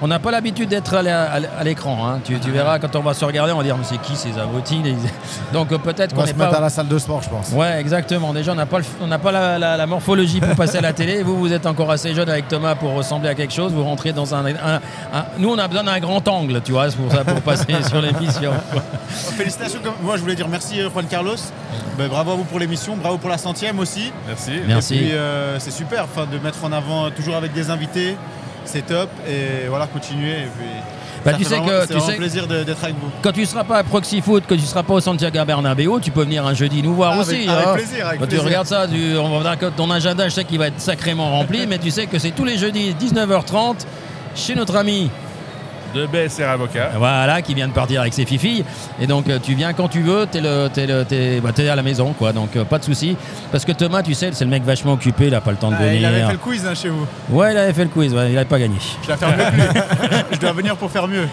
D: On n'a pas l'habitude d'être à la- à l'- à l'écran. hein. tu, tu verras, quand on va se regarder, on va dire Mais c'est qui ces abrutis les- Donc euh, peut-être
E: On
D: qu'on
E: va se
D: n'est
E: mettre à la
D: pas.
E: salle de sport, je pense.
D: Ouais, exactement. Déjà, on n'a pas, le- on n'a pas la, la- la morphologie pour passer à la télé. Vous, vous êtes encore assez jeune avec Thomas pour ressembler à quelque chose. Vous rentrez dans un. un- un- nous, on a besoin d'un grand angle, tu vois, pour, ça, pour passer sur l'émission.
K: Félicitations. comme- Moi, je voulais dire merci euh, Juan Carlos. Ben, bravo à vous pour l'émission, bravo pour la centième aussi.
F: Merci.
D: Merci.
K: Et puis, euh, c'est super enfin, de mettre en avant euh, toujours avec des invités. C'est top. Et voilà, continuez. Et puis,
D: Bah,
K: ça
D: tu
K: fait
D: sais
K: vraiment-
D: que-
K: c'est
D: tu
K: vraiment
D: sais-
K: plaisir de- d'être avec vous.
D: Quand tu seras pas à Proxy Foot, que tu seras pas au Santiago Bernabéu, tu peux venir un jeudi nous voir
K: Ah,
D: aussi.
K: avec- avec
D: hein.
K: plaisir, avec
D: Quand tu
K: plaisir.
D: regardes ça, tu- on va voir que ton agenda, je sais qu'il va être sacrément rempli, mais tu sais que c'est tous les jeudis 19h30 chez notre ami.
F: De BSR Avocat.
D: Voilà, qui vient de partir avec ses filles. Et donc, euh, tu viens quand tu veux, t'es le, t'es le- t'es- bah, t'es à la maison, quoi. Donc, euh, pas de souci. Parce que Thomas, tu sais, c'est le mec vachement occupé, il a pas le temps de
K: Ah,
D: venir.
K: il avait fait le Ah quiz hein, chez vous.
D: Ouais, il avait fait le quiz, ouais, il avait pas gagné.
K: Je dois faire mieux que lui. Je dois venir pour faire mieux.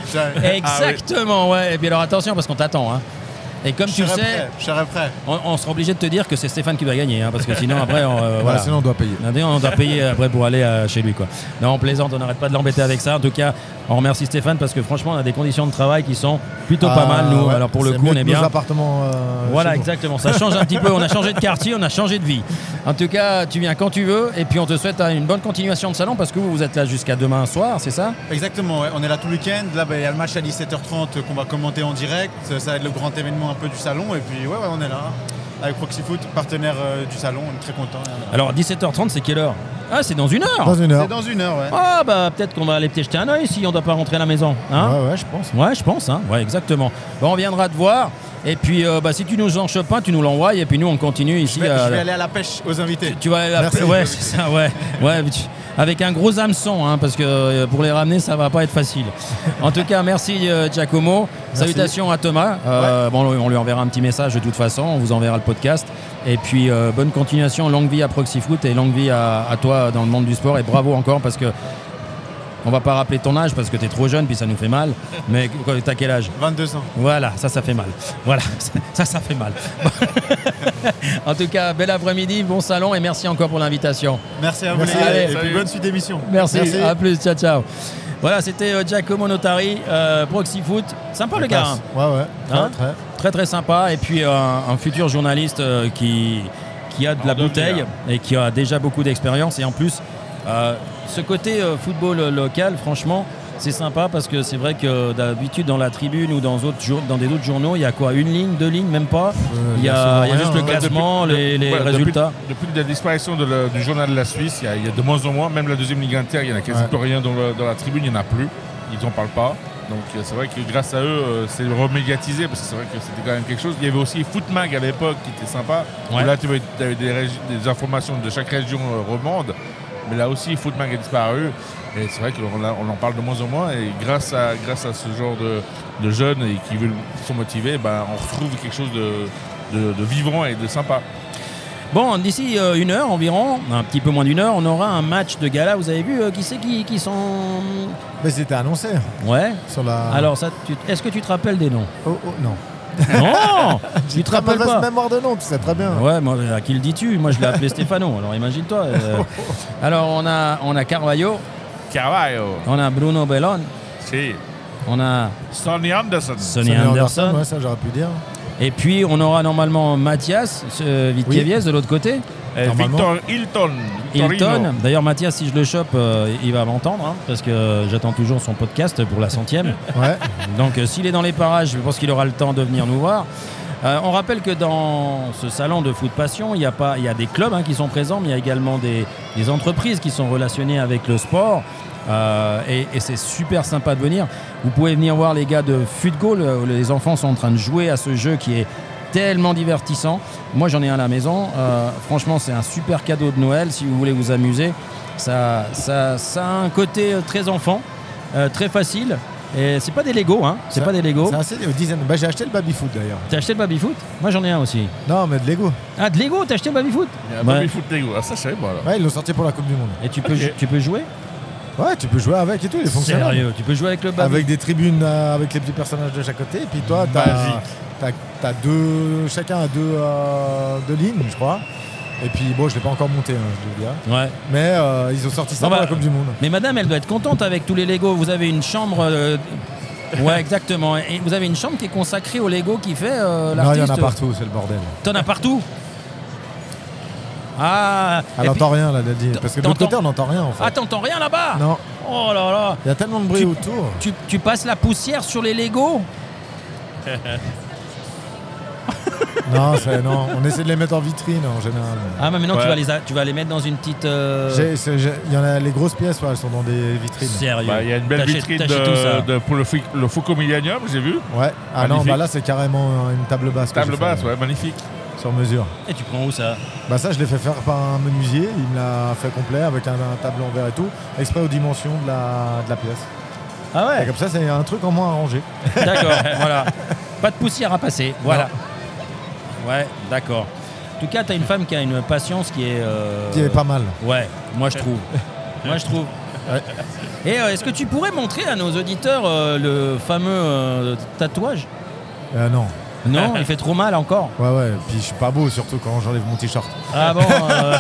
D: Exactement, ouais. Et puis alors, attention, parce qu'on t'attend. hein. Et comme
K: Je
D: tu le
K: serai
D: sais,
K: prêt, je serai prêt.
D: On, on sera obligé de te dire que c'est Stéphane qui va gagner, hein, parce que sinon après, on, euh,
E: Bah,
D: voilà.
E: sinon, on doit payer.
D: Non, on doit payer après pour aller euh, chez lui, quoi. Non, on plaisante, on n'arrête pas de l'embêter avec ça. En tout cas, on remercie Stéphane parce que franchement, on a des conditions de travail qui sont plutôt pas
E: Ah,
D: mal. Nous,
E: ouais,
D: alors pour le
E: c'est
D: coup,
E: mieux
D: on
E: que
D: est
E: Nos
D: bien.
E: appartements. euh,
D: Voilà,
E: chez nous.
D: exactement. Ça change un petit peu. On a changé de quartier, on a changé de vie. En tout cas, tu viens quand tu veux. Et puis, on te souhaite euh, une bonne continuation de salon parce que vous, vous êtes là jusqu'à demain soir, c'est ça
K: Exactement, ouais. on est là tout le week-end. Là, bah, il y a le match à 17h30 qu'on va commenter en direct. Ça ça va être le grand événement un peu du salon. Et puis, ouais, ouais, on est là. Avec Proxy Foot, partenaire euh, du salon, on est très content.
D: Alors, 17h30, c'est quelle heure Ah, c'est dans une heure
K: C'est dans une heure, ouais.
D: Ah bah peut-être qu'on va aller peut-être jeter un oeil si on doit pas rentrer à la maison. Hein
E: Ouais, ouais, je pense.
D: Ouais, je pense, hein. ouais, exactement. Bon, on viendra te voir. Et puis, euh, bah, si tu nous en chopes un, tu nous l'envoies. Et puis, nous, on continue ici. euh,
K: Je vais,
D: à-
K: je vais aller à la pêche aux invités.
D: Tu vas aller à la-
K: Merci.
D: Ouais, c'est ça, ouais. ouais mais tu- Avec un gros hameçon, hein, parce que euh, pour les ramener, ça va pas être facile. En tout cas, merci euh, Giacomo.
E: Merci.
D: Salutations à Thomas. Euh, Bon, on lui enverra un petit message de toute façon. On vous enverra le podcast. Et puis, euh, bonne continuation. Longue vie à Proxy Foot et longue vie à, à toi dans le monde du sport. Et bravo encore, parce que. On va pas rappeler ton âge parce que tu es trop jeune puis ça nous fait mal. Mais t'as quel âge
K: 22 ans.
D: Voilà, ça ça fait mal. Voilà, ça ça fait mal. en tout cas, bel après-midi, bon salon et merci encore pour l'invitation.
K: Merci à vous,
D: Merci,
K: les gars.
D: allez,
K: Et puis,
D: salut.
K: bonne suite d'émission.
D: Merci, à plus, ciao ciao. Voilà, c'était euh, Giacomo Notari, euh, Proxy Foot. Sympa le gars. hein.
E: Ouais, ouais. Très,
D: Hein
E: très.
D: Très très sympa. Et puis euh, un, un futur journaliste euh, qui, qui a de la bouteille et qui a déjà beaucoup d'expérience. Et en plus, euh, ce côté euh, football local, franchement, c'est sympa parce que c'est vrai que d'habitude dans la tribune ou dans, autres jour- dans des autres journaux, il y a quoi Une ligne, deux lignes, même pas Il y a,
F: souvent
D: il y a
F: rien,
D: juste
F: hein.
D: le classement,
F: Depuis-
D: les,
F: de-
D: les
F: ouais, depuis-
D: résultats.
F: Depuis, la disparition de le- du journal de la Suisse, il y a- il y, a de moins en moins, même la deuxième ligue inter, il n'y en a quasi
E: Ouais.
F: plus rien dans, le- dans la tribune, il n'y en a plus. Ils n'en parlent pas. Donc euh, c'est vrai que grâce à eux, euh, c'est remédiatisé parce que c'est vrai que c'était quand même quelque chose. Il y avait aussi Footmag à l'époque qui était sympa. où
D: Ouais.
F: Là, tu avais, des, régi- des informations de chaque région euh, romande. Mais là aussi, Footmag a disparu. Et c'est vrai qu'on a- on en parle de moins en moins. Et grâce à, grâce à ce genre de, de jeunes et qui veulent- sont motivés, ben, on retrouve quelque chose de, de- de vivant et de sympa.
D: Bon, d'ici euh, une heure environ, un petit peu moins d'une heure, on aura un match de gala. Vous avez vu euh, qui c'est qui, qui sont.
E: Mais c'était annoncé. hein,
D: Ouais.
E: Sur
F: Ah.
E: la...
D: Alors, ça, tu- est-ce que tu te rappelles des noms
E: Oh, oh, non.
D: Non Tu te
E: Très
D: rappelles
E: mauvaise
D: pas
E: mémoire de nom, tu sais très bien.
D: Ouais, moi, à qui le dis-tu Moi, je l'ai appelé Stéphano, alors imagine-toi. euh. Alors, on a, on a Carvalho.
F: Carvalho.
D: On a Bruno Bellon.
F: Si.
D: On a
F: Sonny Anderson.
D: Sonny
E: Sonny
D: Anderson.
E: ouais, ça j'aurais pu dire.
D: Et puis, on aura normalement Mathias ce Vitkevies de l'autre côté.
F: Et Victor Hilton.
D: Hilton.
F: Victorino.
D: D'ailleurs, Mathias, si je le chope, euh, il va m'entendre, hein, parce que j'attends toujours son podcast pour la centième.
E: Ouais.
D: Donc, euh, s'il est dans les parages, je pense qu'il aura le temps de venir nous voir. Euh, on rappelle que dans ce salon de foot passion, il y a, pas, il y a des clubs hein, qui sont présents, mais il y a également des, des entreprises qui sont relationnées avec le sport. Euh, et et c'est super sympa de venir. Vous pouvez venir voir les gars de Futgol. euh, Les enfants sont en train de jouer à ce jeu qui est tellement divertissant. Moi, j'en ai un à la maison. Euh, franchement, c'est un super cadeau de Noël si vous voulez vous amuser. Ça, ça, ça a un côté euh, très enfant, euh, très facile. Et c'est pas des Lego, hein. C'est
E: Ça-
D: pas des Lego.
E: C'est assez des dizaines. Bah, j'ai acheté le baby food d'ailleurs.
D: T'as acheté le baby-foot Moi, j'en ai un aussi.
E: Non, mais de Lego.
D: Ah, de Lego, t'as acheté le baby-foot
F: Il y a
D: Ouais.
F: Bobby Foot Lego. Ah, ça, je savais pas, alors.
E: Ouais, ils l'ont sorti pour la Coupe du Monde.
D: Et tu peux, ju- tu peux jouer
E: Ouais, tu peux jouer avec et tout, il est fonctionnel.
D: Sérieux, tu peux jouer avec le baby
E: Avec des tribunes euh, avec les petits personnages de chaque côté. Et puis toi, t'as,
D: Magique.
E: t'as- t'as deux. Chacun a deux, euh, deux lignes, je crois. Et puis bon, je l'ai pas encore monté, hein, je dois dire.
D: Ouais.
E: Mais euh, ils ont sorti ça
D: Non,
E: pour
D: bah,
E: la Coupe du Monde.
D: Mais madame, elle doit être contente avec tous les Lego. Vous avez une chambre. euh, Ouais, exactement. Et vous avez une chambre qui est consacrée au Lego qui fait euh,
E: Non, il y
D: l'artiste.
E: en a partout, c'est le bordel.
D: T'en as partout Ah
E: Elle
D: et
E: n'entend
D: puis-
E: rien là, Daddy. Parce que de l'autre
D: t'entends-
E: côté, on n'entend rien en fait.
D: Ah, t'entends rien là-bas
E: Non.
D: Oh là là
E: Il y a tellement de bruit
D: Tu-
E: autour.
D: tu, tu passes la poussière sur les Lego
E: Non, c'est- non, on essaie de les mettre en vitrine en général.
D: Ah, mais maintenant
E: Ouais.
D: tu, vas les, a- tu vas les mettre dans une petite. euh,
E: J'ai- c'est- j'ai- Il y en a les grosses pièces, ouais, elles sont dans des vitrines.
D: Sérieux.
F: Bah, Il y a une belle
D: T'achètes-
F: vitrine
D: t'achètes
F: de-
D: tout ça.
F: de- pour le, Fou- le Foucault Millennium, j'ai vu.
E: Ouais. Ah non,
F: Magnifique.
E: bah là c'est carrément euh, une table basse. que
F: Table
E: j'ai fait,
F: basse,
E: euh,
F: ouais, magnifique.
E: Sur mesure.
D: Et tu prends où ça
E: Bah ça je l'ai fait faire par un menuisier, il me l'a fait complet avec un, un tableau en verre et tout, exprès aux dimensions de la, de la pièce.
D: Ah ouais
E: Et comme ça c'est un truc en moins à ranger.
D: D'accord, voilà. Pas de poussière à passer, voilà. Ouais, d'accord. En tout cas, tu as une femme qui a une patience qui est. euh,
E: Qui est pas mal.
D: Ouais, moi je trouve. moi je trouve. Et euh, est-ce que tu pourrais montrer à nos auditeurs euh, le fameux euh, tatouage
E: Euh, non.
D: Non, il fait trop mal encore.
E: Ouais ouais, puis je suis pas beau surtout quand j'enlève mon t-shirt.
D: Ah bon euh,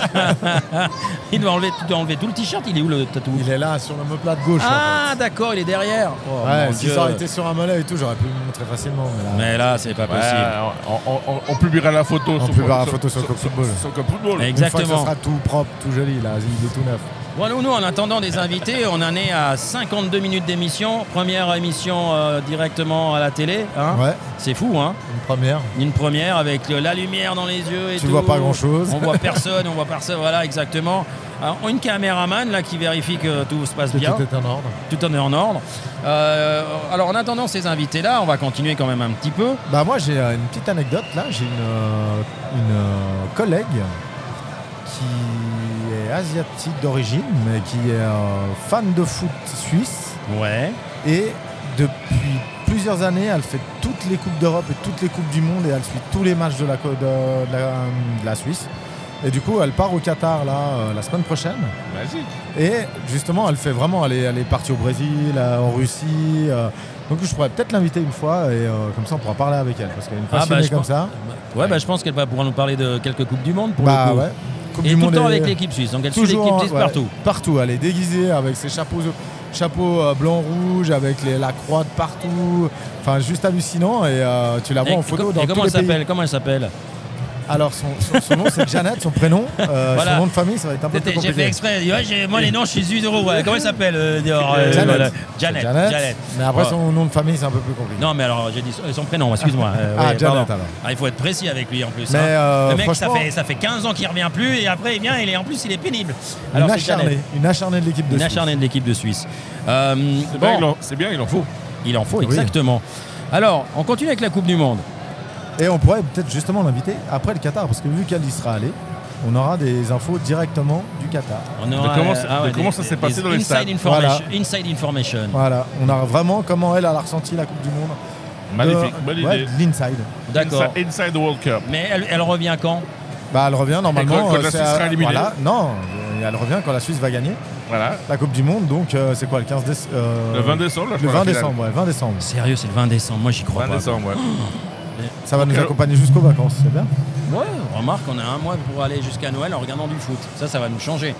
D: Il doit enlever, tu dois enlever tout le t-shirt, il est où le tatouage
E: Il est là sur le plat gauche.
D: Ah d'accord, il est derrière. Oh,
E: ouais,
D: mon
E: si
D: Dieu.
E: ça aurait été sur un mollet et tout, j'aurais pu me montrer facilement. Mais là,
D: Mais là, c'est pas
F: Ouais,
D: possible.
F: Ah, on, on- on- on publiera la photo
E: on
F: sur-
E: peut voir la
F: sur-
E: photo sur,
F: sur-
E: Cop Football.
F: sur- sur Cop Football.
E: Une fois que
D: Exactement.
E: ça sera tout propre, tout joli là, il est tout neuf.
D: Bon, nous, nous, en attendant des invités, on en est à 52 minutes d'émission. Première émission euh, directement à la télé. hein.
E: Ouais.
D: C'est fou, hein
E: Une première.
D: Une première avec euh, la lumière dans les yeux et
E: Tu
D: tout.
E: vois pas grand-chose.
D: On voit personne, on voit personne. Voilà, exactement. Alors, une caméraman là qui vérifie que tout se passe
E: Que
D: bien.
E: tout est en ordre.
D: Tout en est en ordre. Euh, alors, en attendant ces invités-là, on va continuer quand même un petit peu.
E: Bah moi j'ai euh, une petite anecdote là, j'ai une, euh, une, euh, collègue qui est asiatique d'origine mais qui est euh, fan de foot suisse
D: Ouais.
E: et depuis plusieurs années elle fait toutes les coupes d'Europe et toutes les coupes du monde et elle suit tous les matchs de la, co- de, de la, de la Suisse et du coup elle part au Qatar là euh, la semaine prochaine
F: Magique.
E: et justement, elle fait vraiment, elle est, elle est partie au Brésil, euh, en Russie. euh, donc je pourrais peut-être l'inviter une fois et euh, comme ça on pourra parler avec elle parce qu'elle est une
D: Ah, bah,
E: passionnée
D: je
E: comme
D: pense-
E: ça.
D: Ouais, bah, je pense qu'elle va pouvoir nous parler de quelques Coupes du Monde pour
E: Bah
D: le coup.
E: ouais. Coupe
D: et
E: du
D: tout
E: monde
D: le temps
E: est-
D: avec l'équipe suisse. Donc, elle suit
E: Toujours,
D: l'équipe suisse
E: ouais,
D: partout.
E: Partout, elle est déguisée avec ses chapeaux, chapeaux euh, blanc rouge, avec les, la croix de partout. Enfin, juste hallucinant et euh, tu la vois
D: Et-
E: en
D: et
E: photo
D: com-
E: dans
D: et comment
E: tous
D: elle
E: les
D: s'appelle
E: pays.
D: Comment elle s'appelle
E: Alors son, son- son nom c'est Janet, son prénom, euh,
D: Voilà.
E: son nom de famille ça va être un peu plus
D: J'ai fait
E: compliqué.
D: exprès. Ouais, j'ai- moi, les noms, je suis zéro. Ouais. Comment elle s'appelle euh, dehors, euh,
E: Janet.
D: voilà.
E: C'est
D: Janet.
E: Janet.
D: Janet.
E: Mais après
D: Ouais.
E: son nom de famille c'est un peu plus compliqué.
D: Non, mais alors, j'ai dit son- son prénom, excuse-moi. Euh,
E: Ah,
D: ouais,
E: Janet,
D: pardon.
E: alors.
D: Ah, il faut être précis avec lui en plus.
E: Mais,
D: hein.
E: euh,
D: Le mec, ça
E: franchement-
D: fait, ça fait 15 ans qu'il revient plus et après, il vient, il est, en plus, il est pénible.
E: Une
D: Alors, c'est Janet.
E: acharnée, une acharnée de l'équipe de
D: Une
E: Suisse.
D: acharnée de l'équipe de Suisse. Euh,
F: C'est
D: bon,
F: bien, il en- c'est bien, il en faut.
D: il en faut,
E: Oui.
D: exactement. Alors, on continue avec la Coupe du Monde.
E: Et on pourrait peut-être justement l'inviter après le Qatar, parce que vu qu'elle y sera allée, on aura des infos directement du Qatar.
D: On aura, euh, ah ouais, des- des- des inside information, Inside information.
E: Voilà, on a vraiment comment elle a ressenti la Coupe du Monde.
D: Magnifique,
E: De-
D: bonne
E: Euh, ouais,
D: idée.
E: de L'inside.
D: D'accord.
F: Inside, World Cup.
D: Mais elle, elle revient quand
E: Bah, elle revient normalement.
D: quand la
E: euh, c'est
D: Suisse
E: à-
D: sera éliminée.
E: voilà, non, euh, elle revient quand la Suisse va gagner.
F: Voilà.
E: La Coupe du Monde, donc euh, c'est quoi le 15 décembre
F: Le 20 décembre, là, je
E: Le
F: crois,
E: 20
F: la finale.
E: décembre, ouais, 20 décembre.
D: Sérieux, c'est le 20 décembre, moi j'y crois
F: 20
D: pas.
F: décembre, ouais.
E: Ça va nous
D: Alors-
E: accompagner jusqu'aux vacances, c'est bien.
D: Ouais, remarque, on a un mois pour aller jusqu'à Noël en regardant du foot. Ça, ça va nous changer.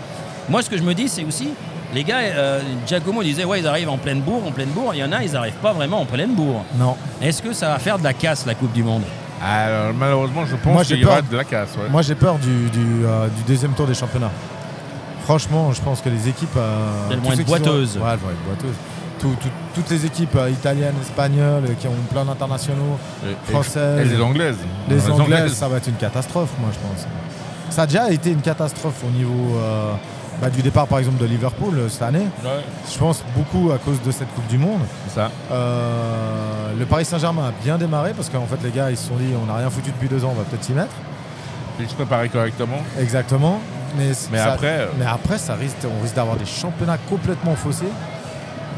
D: Moi, ce que je me dis, c'est aussi, les gars, euh, Giacomo disait, ouais, ils arrivent en pleine bourre, en pleine bourre. Il y en a, ils n'arrivent pas vraiment en pleine bourre.
E: Non.
D: Est-ce que ça va faire de la casse, la Coupe du Monde
F: Alors, malheureusement, je
E: Moi,
F: pense
E: j'ai
F: qu'il y aura
E: peur.
F: de la casse. ouais.
E: Moi j'ai peur du, du, euh, du deuxième tour des championnats. Franchement, je pense que les équipes. euh,
D: Elles vont
E: tous
D: être
E: ceux qui sont-
D: boiteuses.
E: Ouais, elles vont être boiteuses. Tout- tout- toutes les équipes euh, italiennes, espagnoles, euh, qui ont plein d'internationaux,
F: Et- et-
E: françaises.
F: et les Anglaises.
E: Les,
F: Les
E: anglaises,
F: Anglaises.
E: ça va être une catastrophe, moi je pense. Ça a déjà été une catastrophe au niveau euh, bah, du départ, par exemple, de Liverpool euh, cette année.
F: Ouais.
E: Je pense beaucoup à cause de cette Coupe du Monde.
F: Ça.
E: Euh, le Paris Saint-Germain a bien démarré parce qu'en fait, les gars, ils se sont dit on n'a rien foutu depuis deux ans, on va peut-être s'y mettre.
F: Ils se préparaient correctement.
E: Exactement. Mais,
F: Mais
E: ça-
F: après, euh,
E: mais après, ça risque, on risque d'avoir des championnats complètement faussés.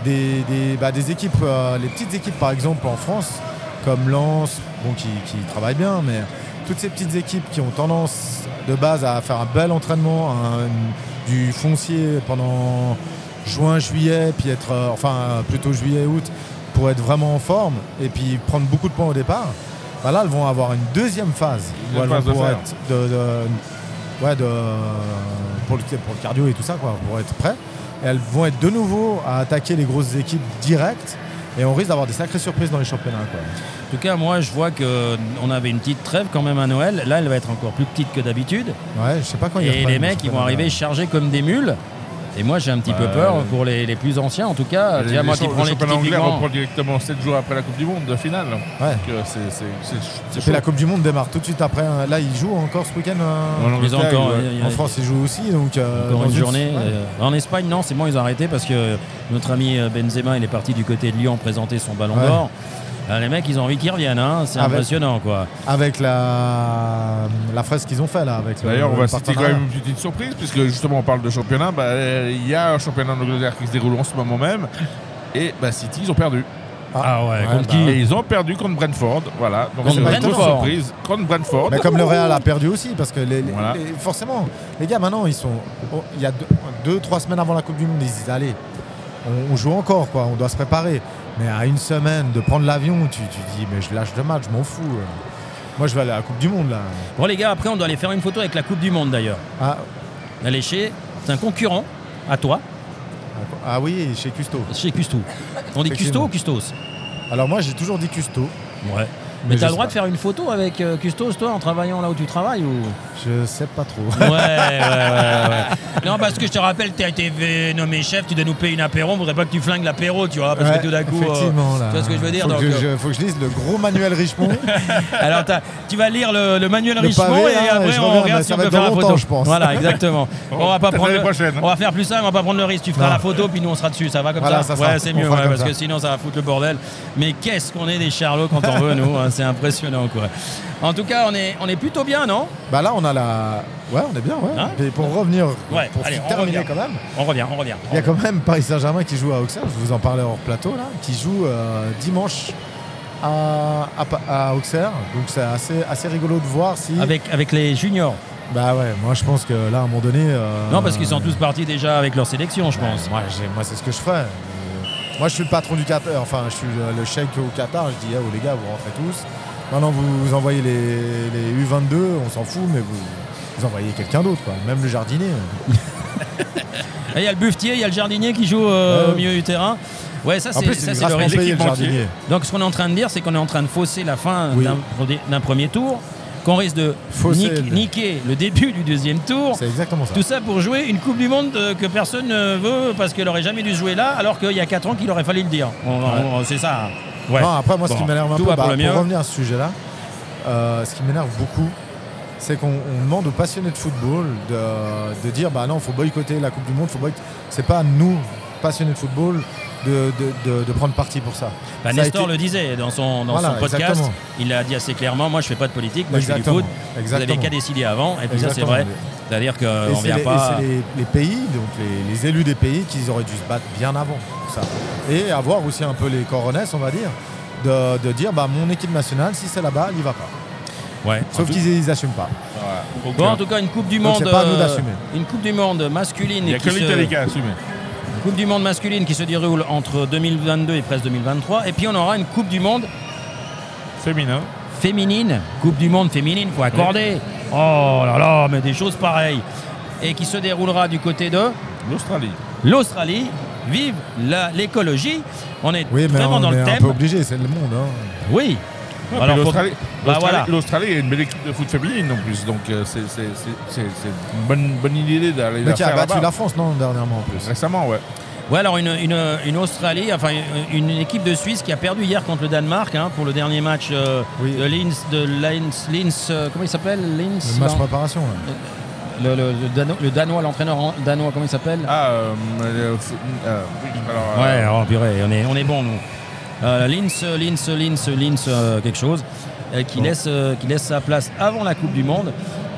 E: Des, des- bah, des équipes, euh, les petites équipes par exemple en France, comme Lens, bon, qui, qui travaillent bien, mais toutes ces petites équipes qui ont tendance de base à faire un bel entraînement, un- du foncier pendant juin, juillet, puis être, euh, enfin euh, plutôt juillet, août, pour être vraiment en forme et puis prendre beaucoup de points au départ, bah là, elles vont avoir une deuxième phase. où
F: Deuxième
E: elles vont
F: phase de
E: pouvoir
F: fer.
E: être de, de- ouais, de, pour, le, pour le cardio et tout ça, quoi, pour être prêt. Et elles vont être de nouveau à attaquer les grosses équipes directes. Et on risque d'avoir des sacrées surprises dans les championnats. Quoi.
D: En tout cas, moi, je vois que euh, on avait une petite trêve quand même à Noël. Là, elle va être encore plus petite que d'habitude.
E: Ouais, je sais pas quand ils
D: Et
E: reprennent
D: les
E: le
D: mecs, ils vont
E: championnat.
D: arriver chargés comme des mules. Et moi, j'ai un petit peu
F: Bah,
D: peur
F: euh,
D: pour les, les plus anciens, en tout cas.
F: Les-
D: Tiens,
F: les
D: moi, tu
F: champ-
D: prends
F: le
D: les
F: championnat anglais
D: typiquement-
F: reprend directement 7 jours après la Coupe du Monde de finale.
E: Ouais.
F: Donc, euh, c'est- c'est- c'est- c'est
E: Et puis
F: chaud.
E: la Coupe du Monde démarre tout de suite après. hein. Là, ils jouent encore ce week-end. hein.
F: En Ils Angleterre, ont encore, ils-
D: euh,
E: en
D: euh,
E: France, ils jouent aussi. Donc, euh,
D: Encore
E: dans
D: une journée.
E: ouais.
D: euh, en Espagne, non, c'est bon, ils ont arrêté parce que notre ami euh, Benzema, il est parti du côté de Lyon présenter son ballon
E: Ouais. Ah,
D: d'or. Euh, les mecs, ils ont envie qu'ils reviennent, hein. c'est
E: Avec-
D: impressionnant quoi.
E: Avec la, la fraise qu'ils ont fait là. Avec le-
F: D'ailleurs, on
E: le
F: va citer quand
E: partenariat.
F: même une petite surprise, puisque justement on parle de championnat. Bah, euh, Il y a un championnat d'Angleterre qui se déroule en ce moment même. Et bah, City, ils ont perdu.
D: Ah ouais, contre
F: bah,
D: qui
F: Et ils ont perdu contre Brentford. Voilà. Donc
D: Contre
F: c'est une grosse
D: Brentford.
F: surprise. Contre Brentford.
E: Mais comme le Real a perdu aussi, parce que les, les-
F: Voilà.
E: les- forcément, les gars, maintenant, ils sont. oh, Il y a deux, deux, trois semaines avant la Coupe du Monde, ils disent allez, on, on joue encore, quoi, on doit se préparer. Mais à une semaine de prendre l'avion, tu, tu dis mais je lâche le match, je m'en fous. euh. Moi, je vais aller à la Coupe du Monde, là.
D: Bon les gars, après on doit aller faire une photo avec la Coupe du Monde d'ailleurs.
E: Ah,
D: Aller chez c'est un concurrent à toi,
E: ah oui, chez Custo.
D: chez Custo. On dit Custo
E: Effectivement.
D: ou Custos
E: Alors, moi, j'ai toujours dit Custo.
D: Ouais. Mais
E: Mais
D: t'as le
E: je
D: droit
E: sais
D: de faire une photo avec euh, Custos toi en travaillant là où tu travailles ou
E: Je sais pas trop.
D: Ouais, ouais, ouais, ouais, ouais. Non, parce que je te rappelle, tu as été v- nommé chef, tu dois nous payer une apéro, on voudrait pas que tu flingues l'apéro, tu vois, parce
E: Ouais,
D: que tout d'un coup. euh,
E: effectivement, là.
D: tu vois ce que je veux dire
E: Faut,
D: donc,
E: que
D: euh,
E: je, faut que je lise le gros manuel Richemont.
D: Alors, t'as- tu vas lire le, le manuel
E: Le
D: Richemont
E: pavé,
D: et
E: là,
D: après
E: je
D: on
E: reviens,
D: regarde
E: mais
D: si
E: ça
D: on
E: va
D: peut
E: être
D: faire
E: dans
D: la photo.
E: longtemps, je pense.
D: Voilà, exactement. Bon, on va pas
F: Peut-être
D: prendre.
F: l'année
D: le-
F: prochaine.
D: On va faire plus simple, on va pas prendre le risque. Tu feras
E: Non.
D: la photo, puis nous on sera dessus. Ça va comme
E: Voilà,
D: ça.
E: ça
D: Ouais,
E: sera-
D: c'est
E: on
D: mieux,
E: fera
D: ouais,
E: comme
D: parce
E: ça.
D: que sinon ça va foutre le bordel. Mais qu'est-ce qu'on est des charlots quand on veut, nous. hein, c'est impressionnant, quoi. En tout cas, on est, on est plutôt bien, non
E: bah là, on a la. Ouais, on est bien, ouais.
D: Hein
E: Et pour revenir,
D: Ouais,
E: pour
D: allez, on
E: terminer
D: revient.
E: quand même.
D: On revient, on revient.
E: Il y a quand même Paris Saint-Germain qui joue à Auxerre, je vous en parlais hors plateau, là, qui joue euh, dimanche à, à Pa- à Auxerre. Donc c'est assez, assez rigolo de voir si.
D: Avec, avec les juniors.
E: Bah ouais, moi je pense que là, à un moment donné. euh,
D: Non, parce qu'ils sont tous partis déjà avec leur sélection, je pense.
E: Moi, j'ai- moi, c'est ce que je ferais. Euh, Moi, je suis le patron du Qatar, enfin, je suis le, le chèque au Qatar. Je dis, ah, les gars, vous rentrez tous. Maintenant, vous, vous envoyez les, les U22, on s'en fout, mais vous, vous envoyez quelqu'un d'autre, quoi. Même le jardinier.
D: Et Il y a le buffetier, il y a le jardinier qui joue euh,
E: Ouais.
D: au milieu du terrain. Ouais, ça
E: En
D: c'est
E: plus,
D: ça,
E: c'est
D: c'est le
E: grassement
D: risque.
E: payé, le jardinier.
D: Donc ce qu'on est en train de dire, c'est qu'on est en train de fausser la fin
E: Oui.
D: d'un d'un premier tour, qu'on risque de
E: Fausser
D: nique-
E: le-
D: niquer le début du deuxième tour.
E: C'est exactement ça.
D: Tout ça pour jouer une Coupe du Monde euh, que personne ne veut parce qu'elle aurait jamais dû se jouer là, alors qu'il y a 4 ans qu'il aurait fallu le dire. On- on- c'est ça. hein. Ouais.
E: Non, après, moi, ce
D: Bon,
E: qui m'énerve un
D: tout
E: peu,
D: va
E: bah,
D: pour le mieux.
E: pour revenir à ce sujet-là, euh, ce qui m'énerve beaucoup, c'est qu'on on demande aux passionnés de football de, de dire bah non, faut boycotter la Coupe du Monde, faut boycotter. C'est pas à nous, passionnés de football, de, de- de- de prendre parti pour ça.
D: Bah,
E: Ça a
D: Nestor
E: été-
D: le disait dans son, dans
E: Voilà,
D: son podcast,
E: exactement.
D: il l'a dit assez clairement, moi je fais pas de politique, moi je fais
E: Exactement,
D: du foot, vous
E: exactement.
D: n'avez qu'à décider avant, et puis ça c'est
E: Exactement.
D: vrai, c'est-à-dire
E: Et
D: qu'on
E: c'est
D: vient
E: les-
D: pas...
E: et c'est les, les pays, donc les, les élus des pays, qu'ils auraient dû se battre bien avant pour ça. Et avoir aussi un peu les coronets, on va dire, de, de dire bah, mon équipe nationale, si c'est là-bas, elle n'y va pas.
D: Ouais.
E: Sauf qu'ils n'assument pas.
D: Bon, en tout cas, une Coupe du
E: Donc,
D: Monde.
E: c'est pas à nous
D: euh,
E: d'assumer.
D: Une Coupe du Monde masculine.
F: Il y a
D: qui
F: que
D: se-
F: l'Italie qui a assumé.
D: Une Coupe du Monde masculine qui se déroule entre 2022 et presque 2023. Et puis, on aura une Coupe du Monde.
F: Féminin.
D: Féminine. Coupe du Monde féminine, faut accorder. Oh là là, mais des choses pareilles. Et qui se déroulera du côté de.
F: L'Australie.
D: L'Australie. Vive la- l'écologie. On est
E: Oui, mais
D: vraiment
E: on
D: dans
E: est
D: le
E: un
D: thème.
E: peu obligé, c'est le monde. hein.
D: Oui.
F: Ouais,
D: Alors,
F: puis
D: faut-
F: L'Australie
D: Bah,
F: l'Australie-
D: voilà.
F: l'Australie est une belle équipe de foot féminine en plus, donc euh, c'est c'est- c'est- c'est- c'est une bonne, bonne idée d'aller
E: Mais
F: la
E: qui a
F: faire
E: battu
F: là-bas.
E: la France, non, dernièrement en plus.
F: Récemment, ouais.
D: Ouais, alors une, une- une Australie, enfin une, une équipe de Suisse qui a perdu hier contre le Danemark hein, pour le dernier match euh, de Linz, de Linz, Linz, euh, comment il s'appelle Linz
E: Le match
D: non.
E: préparation. ouais.
D: Le, le- le Dano- le Danois, l'entraîneur en- danois, comment il s'appelle
F: Ah, euh, euh, f- euh, oui, alors,
D: Ouais,
F: euh,
D: alors purée, on est, on est bon nous. Euh, Linz, Linz, Linz, Linz, euh, quelque chose, euh, qui, laisse, euh, qui laisse sa place avant la Coupe du Monde.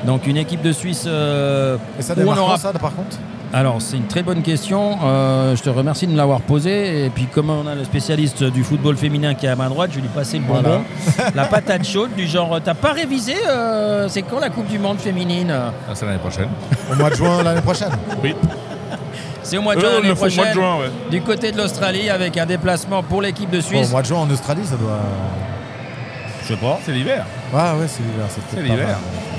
D: Donc une équipe de Suisse euh,
E: Et ça
D: où on
E: démarre
D: aura
E: quand, ça, par contre
D: alors, c'est une très bonne question. Euh, je te remercie de me l'avoir posée. Et puis, comme on a le spécialiste du football féminin qui est à ma droite, je vais lui passer le bonbon. la patate chaude, du genre, t'as pas révisé euh, C'est quand la Coupe du Monde féminine
F: Ah, c'est l'année prochaine.
E: Au mois de juin l'année prochaine.
F: Oui.
D: C'est au mois de
F: Eux,
D: juin
F: ils
D: l'année
F: Euh, le font au mois de
D: prochaine.
F: juin, ouais.
D: Du côté de l'Australie, avec un déplacement pour l'équipe de
E: Bon,
D: Suisse.
E: au mois de juin en Australie, ça doit. Ah,
D: Je sais pas.
F: C'est l'hiver.
E: Ouais, ouais, c'est l'hiver. C'est peut-être pas
F: l'hiver.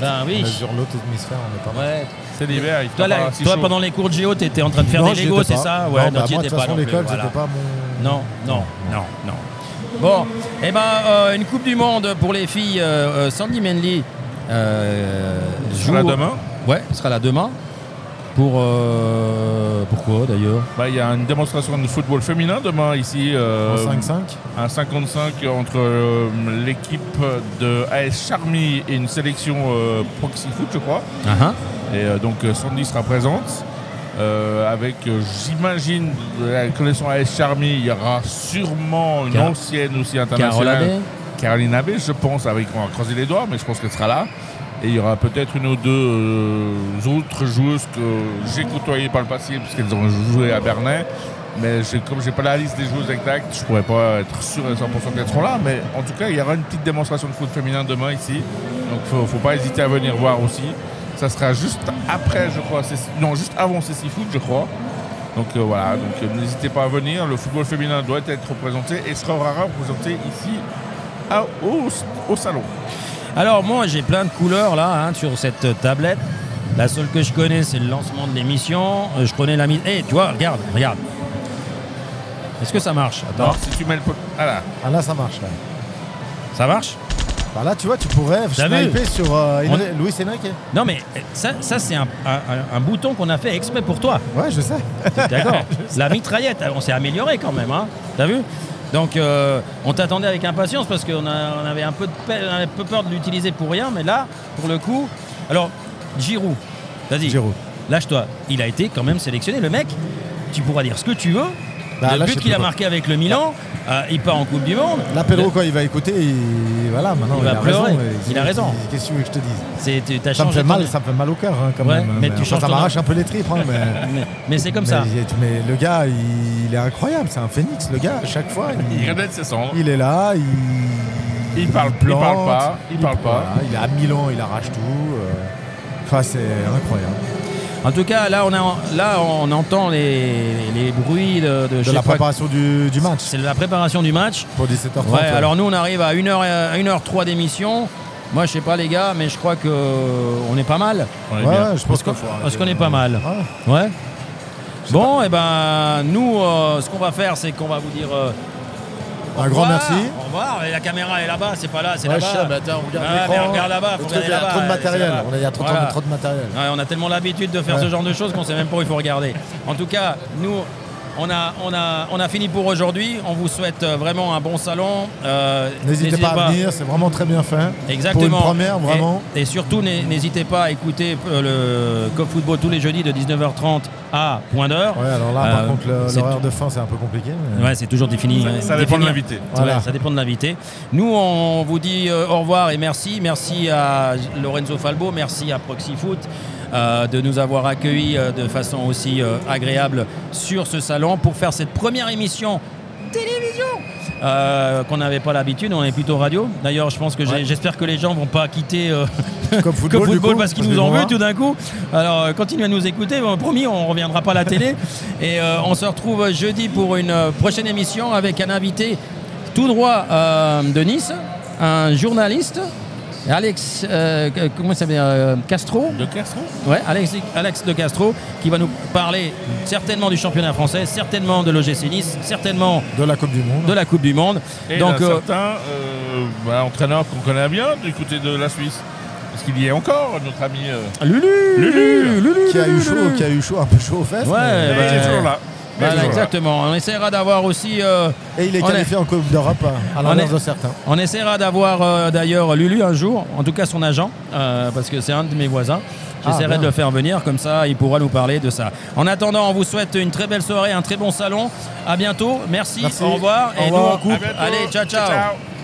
E: mal.
D: Ben oui.
E: On est Sur l'autre hémisphère, on est pas mal.
D: Ouais.
F: C'est l'hiver. il
D: Toi,
F: fera
D: là,
F: pas si
D: toi,
F: chaud.
D: pendant les cours de géo, t'étais en train de faire
E: Non,
D: des
E: j'y
D: Legos,
E: étais
D: c'est
E: pas.
D: ça Ouais,
E: Non, bah,
D: t'y
E: moi, de
D: étais
E: toute
D: pas
E: façon,
D: non plus,
E: l'école,
D: voilà.
E: c'était pas mon-
D: Non, non, non, non. Bon, eh ben, euh, une Coupe du Monde pour les filles. euh, euh, Sandy Menley euh, joue.
F: sera là demain
D: Ouais, elle sera là demain. Pour euh, pourquoi d'ailleurs
F: Bah, Il y a une démonstration de football féminin demain ici. euh,
E: En 5-5
F: un 55 entre euh, l'équipe de AS Charmy et une sélection euh, Proxy Foot, je crois. Et euh, donc euh, Sandy sera présente. euh, avec, euh, j'imagine, de la connaissant AS Charmy, il y aura sûrement une
D: Car-
F: ancienne aussi internationale.
D: Carole Abbé
F: Caroline Abbé, je pense, avec, on va croiser les doigts, mais je pense qu'elle sera là. Et il y aura peut-être une ou deux euh, autres joueuses que j'ai côtoyées par le passé, puisqu'elles ont joué à Bernay. Mais j'ai- comme j'ai pas la liste des joueuses exactes, je pourrais pas être sûr à 100% qu'elles seront là. Mais en tout cas, il y aura une petite démonstration de foot féminin demain ici. Donc faut, faut pas hésiter à venir voir aussi. Ça sera juste après, je crois. Céci- Non, juste avant Cécifoot, Foot, je crois. Donc euh, voilà, donc euh, n'hésitez pas à venir. Le football féminin doit être représenté et sera représenté ici à- au, Ah, au salon.
D: Alors moi j'ai plein de couleurs là hein, sur cette euh, tablette. La seule que je connais c'est le lancement de l'émission. Euh, je connais la mise. Eh tu vois, regarde, regarde. Est-ce que ça marche Attends.
F: Alors, si tu mets le. po- Ah là.
E: Ah là, ça marche. Là.
D: Ça marche
E: Bah, là, tu vois, tu pourrais
D: T'as vu
E: sniper sur euh,
D: On-
E: Henri- Luis Enrique.
D: Non mais euh, ça, ça c'est un, un- un bouton qu'on a fait exprès pour toi.
E: Ouais, je sais.
D: T'es D'accord. la mitraillette, on s'est amélioré quand même, hein. T'as vu Donc euh, on t'attendait avec impatience parce qu'on a- on avait un peu de pe- on avait un peu peur de l'utiliser pour rien, mais là, pour le coup. Alors, Giroud, vas-y.
E: Giroud.
D: Lâche-toi. Il a été quand même sélectionné, le mec. Tu pourras dire ce que tu veux.
E: Bah,
D: le
E: là, je
D: but
E: sais
D: qu'il a
E: pas.
D: marqué avec le Milan, euh, il part en Coupe du Monde.
E: Là, Pedro, quand il va écouter, il... voilà, maintenant,
D: Il
E: il,
D: va
E: a
D: pleurer.
E: raison.
D: Il a raison.
E: Qu'est-ce que tu veux que je te dise
D: C'est- tu- t'as
E: ça me,
D: changé
E: fait
D: ton-
E: mal, ça me fait mal au cœur hein, quand
D: Ouais,
E: même. hein,
D: mais tu
E: enfin,
D: changes
E: ça
D: ton
E: m'arrache un peu les tripes. hein, mais...
D: Mais, mais c'est comme ça.
E: Mais, mais le gars, il est incroyable. C'est un phénix, le gars. À chaque fois,
F: Il
E: il,
F: renaît de ses cendres.
E: il est là, il,
F: Il parle, il
E: plante,
F: parle pas, il parle pas.
E: voilà, il est à Milan, il arrache tout. euh. Enfin, c'est incroyable.
D: En tout cas, là on, a, là, on entend les, les bruits de, de, je
E: De
D: sais
E: la
D: pas-
E: préparation du, du match
D: C'est la préparation du match.
E: pour 17h30.
D: Ouais,
F: euh.
D: alors nous on arrive à 1h, euh, 1h03 d'émission. Moi je sais pas les gars, mais je crois que euh, on est pas mal.
F: On est
E: Ouais,
F: bien.
E: ouais, je pense
D: qu'on-
E: qu'il faut
D: parce qu'on
E: arrêter.
D: est pas mal.
E: Ouais.
D: Ouais. Bon, et ben nous, euh, ce qu'on va faire, c'est qu'on va vous dire. euh, au
E: Un grand
D: revoir.
E: merci.
D: Au revoir. Et la caméra est là-bas, c'est pas là, c'est
E: Ouais,
D: là-bas.
E: chum, attends, on regarde
D: Ah,
E: l'écran.
D: mais regarde là-bas,
E: Le
D: faut
E: truc,
D: regarder
E: Il y a
D: là-bas,
E: trop de
D: c'est
E: matériel.
D: là-bas.
E: On a- Il y a trop,
D: Voilà.
E: trop, trop de matériel.
D: Ouais, on a tellement l'habitude de faire
E: Ouais.
D: ce genre de choses qu'on sait même pas où il faut regarder. En tout cas, nous, On a, on, a, on a fini pour aujourd'hui. On vous souhaite euh, vraiment un bon salon. Euh,
E: N'hésitez pas, à venir, c'est vraiment très bien fait.
D: Exactement.
E: Pour une première, vraiment.
D: Et, et surtout, n'hé- n'hésitez pas à écouter euh, le Cop Football tous les jeudis de 19h30 à point d'heure.
E: Ouais, alors là, par
D: Euh,
E: contre, le-
D: c'est
E: l'horaire de fin, c'est un peu compliqué. mais-
D: Ouais, c'est toujours défini.
E: Ça-
D: euh,
E: ça dépend de
D: définir.
E: l'invité.
D: Ouais,
E: Voilà.
D: ça dépend de l'invité. Nous, on vous dit euh, au revoir et merci. Merci à Lorenzo Falbo, merci à Proxy Foot euh, de nous avoir accueillis euh, de façon aussi euh, agréable sur ce salon pour faire cette première émission
H: Télévision
D: euh, qu'on n'avait pas l'habitude. On est plutôt radio. D'ailleurs, je pense que j'ai- j'espère que les gens vont pas quitter euh,
E: Cop Football,
D: Cop
E: du coup,
D: parce qu'ils
E: parce
D: nous
E: qu'ils
D: en
E: vont
D: veulent
E: voir.
D: tout d'un coup. Alors, euh, continuez à nous écouter. Bon, promis, on reviendra pas à la télé. Et euh, on se retrouve jeudi pour une euh, prochaine émission avec un invité tout droit euh, de Nice, un journaliste. Alex, euh, que- comment il s'appelle euh, Castro De Castro Ouais, Alex, Alex De Castro, qui va nous parler certainement du championnat français, certainement de l'OGC Nice, certainement
E: de la Coupe du Monde.
D: De la Coupe du Monde.
F: Et
D: Donc,
F: d'un
D: euh,
F: certain euh, bah, entraîneur qu'on connaît bien du côté de la Suisse. Parce qu'il y est encore, notre ami euh,
D: Lulu
F: Lulu
E: qui a eu chaud, qui a eu chaud, un peu chaud aux fesses.
D: Ouais,
F: Eh
E: mais-
D: bah,
F: ben,
D: Voilà, exactement. On essaiera d'avoir aussi. euh,
E: Et il est
D: on
E: qualifié en Coupe d'Europe, à
D: on
E: l'inverse
D: est-
E: de certains.
D: On essaiera d'avoir euh, d'ailleurs Lulu un jour, en tout cas son agent, euh, parce que c'est un de mes voisins.
E: Ah,
D: J'essaierai
E: bien.
D: de le faire venir, comme ça il pourra nous parler de ça. En attendant, on vous souhaite une très belle soirée, un très bon salon. À bientôt. Merci,
E: Merci.
D: au revoir.
E: Au
D: et
E: revoir.
D: nous on
E: À
D: coupe.
E: bientôt.
D: Allez, ciao.
E: Ciao,
D: ciao.
E: ciao.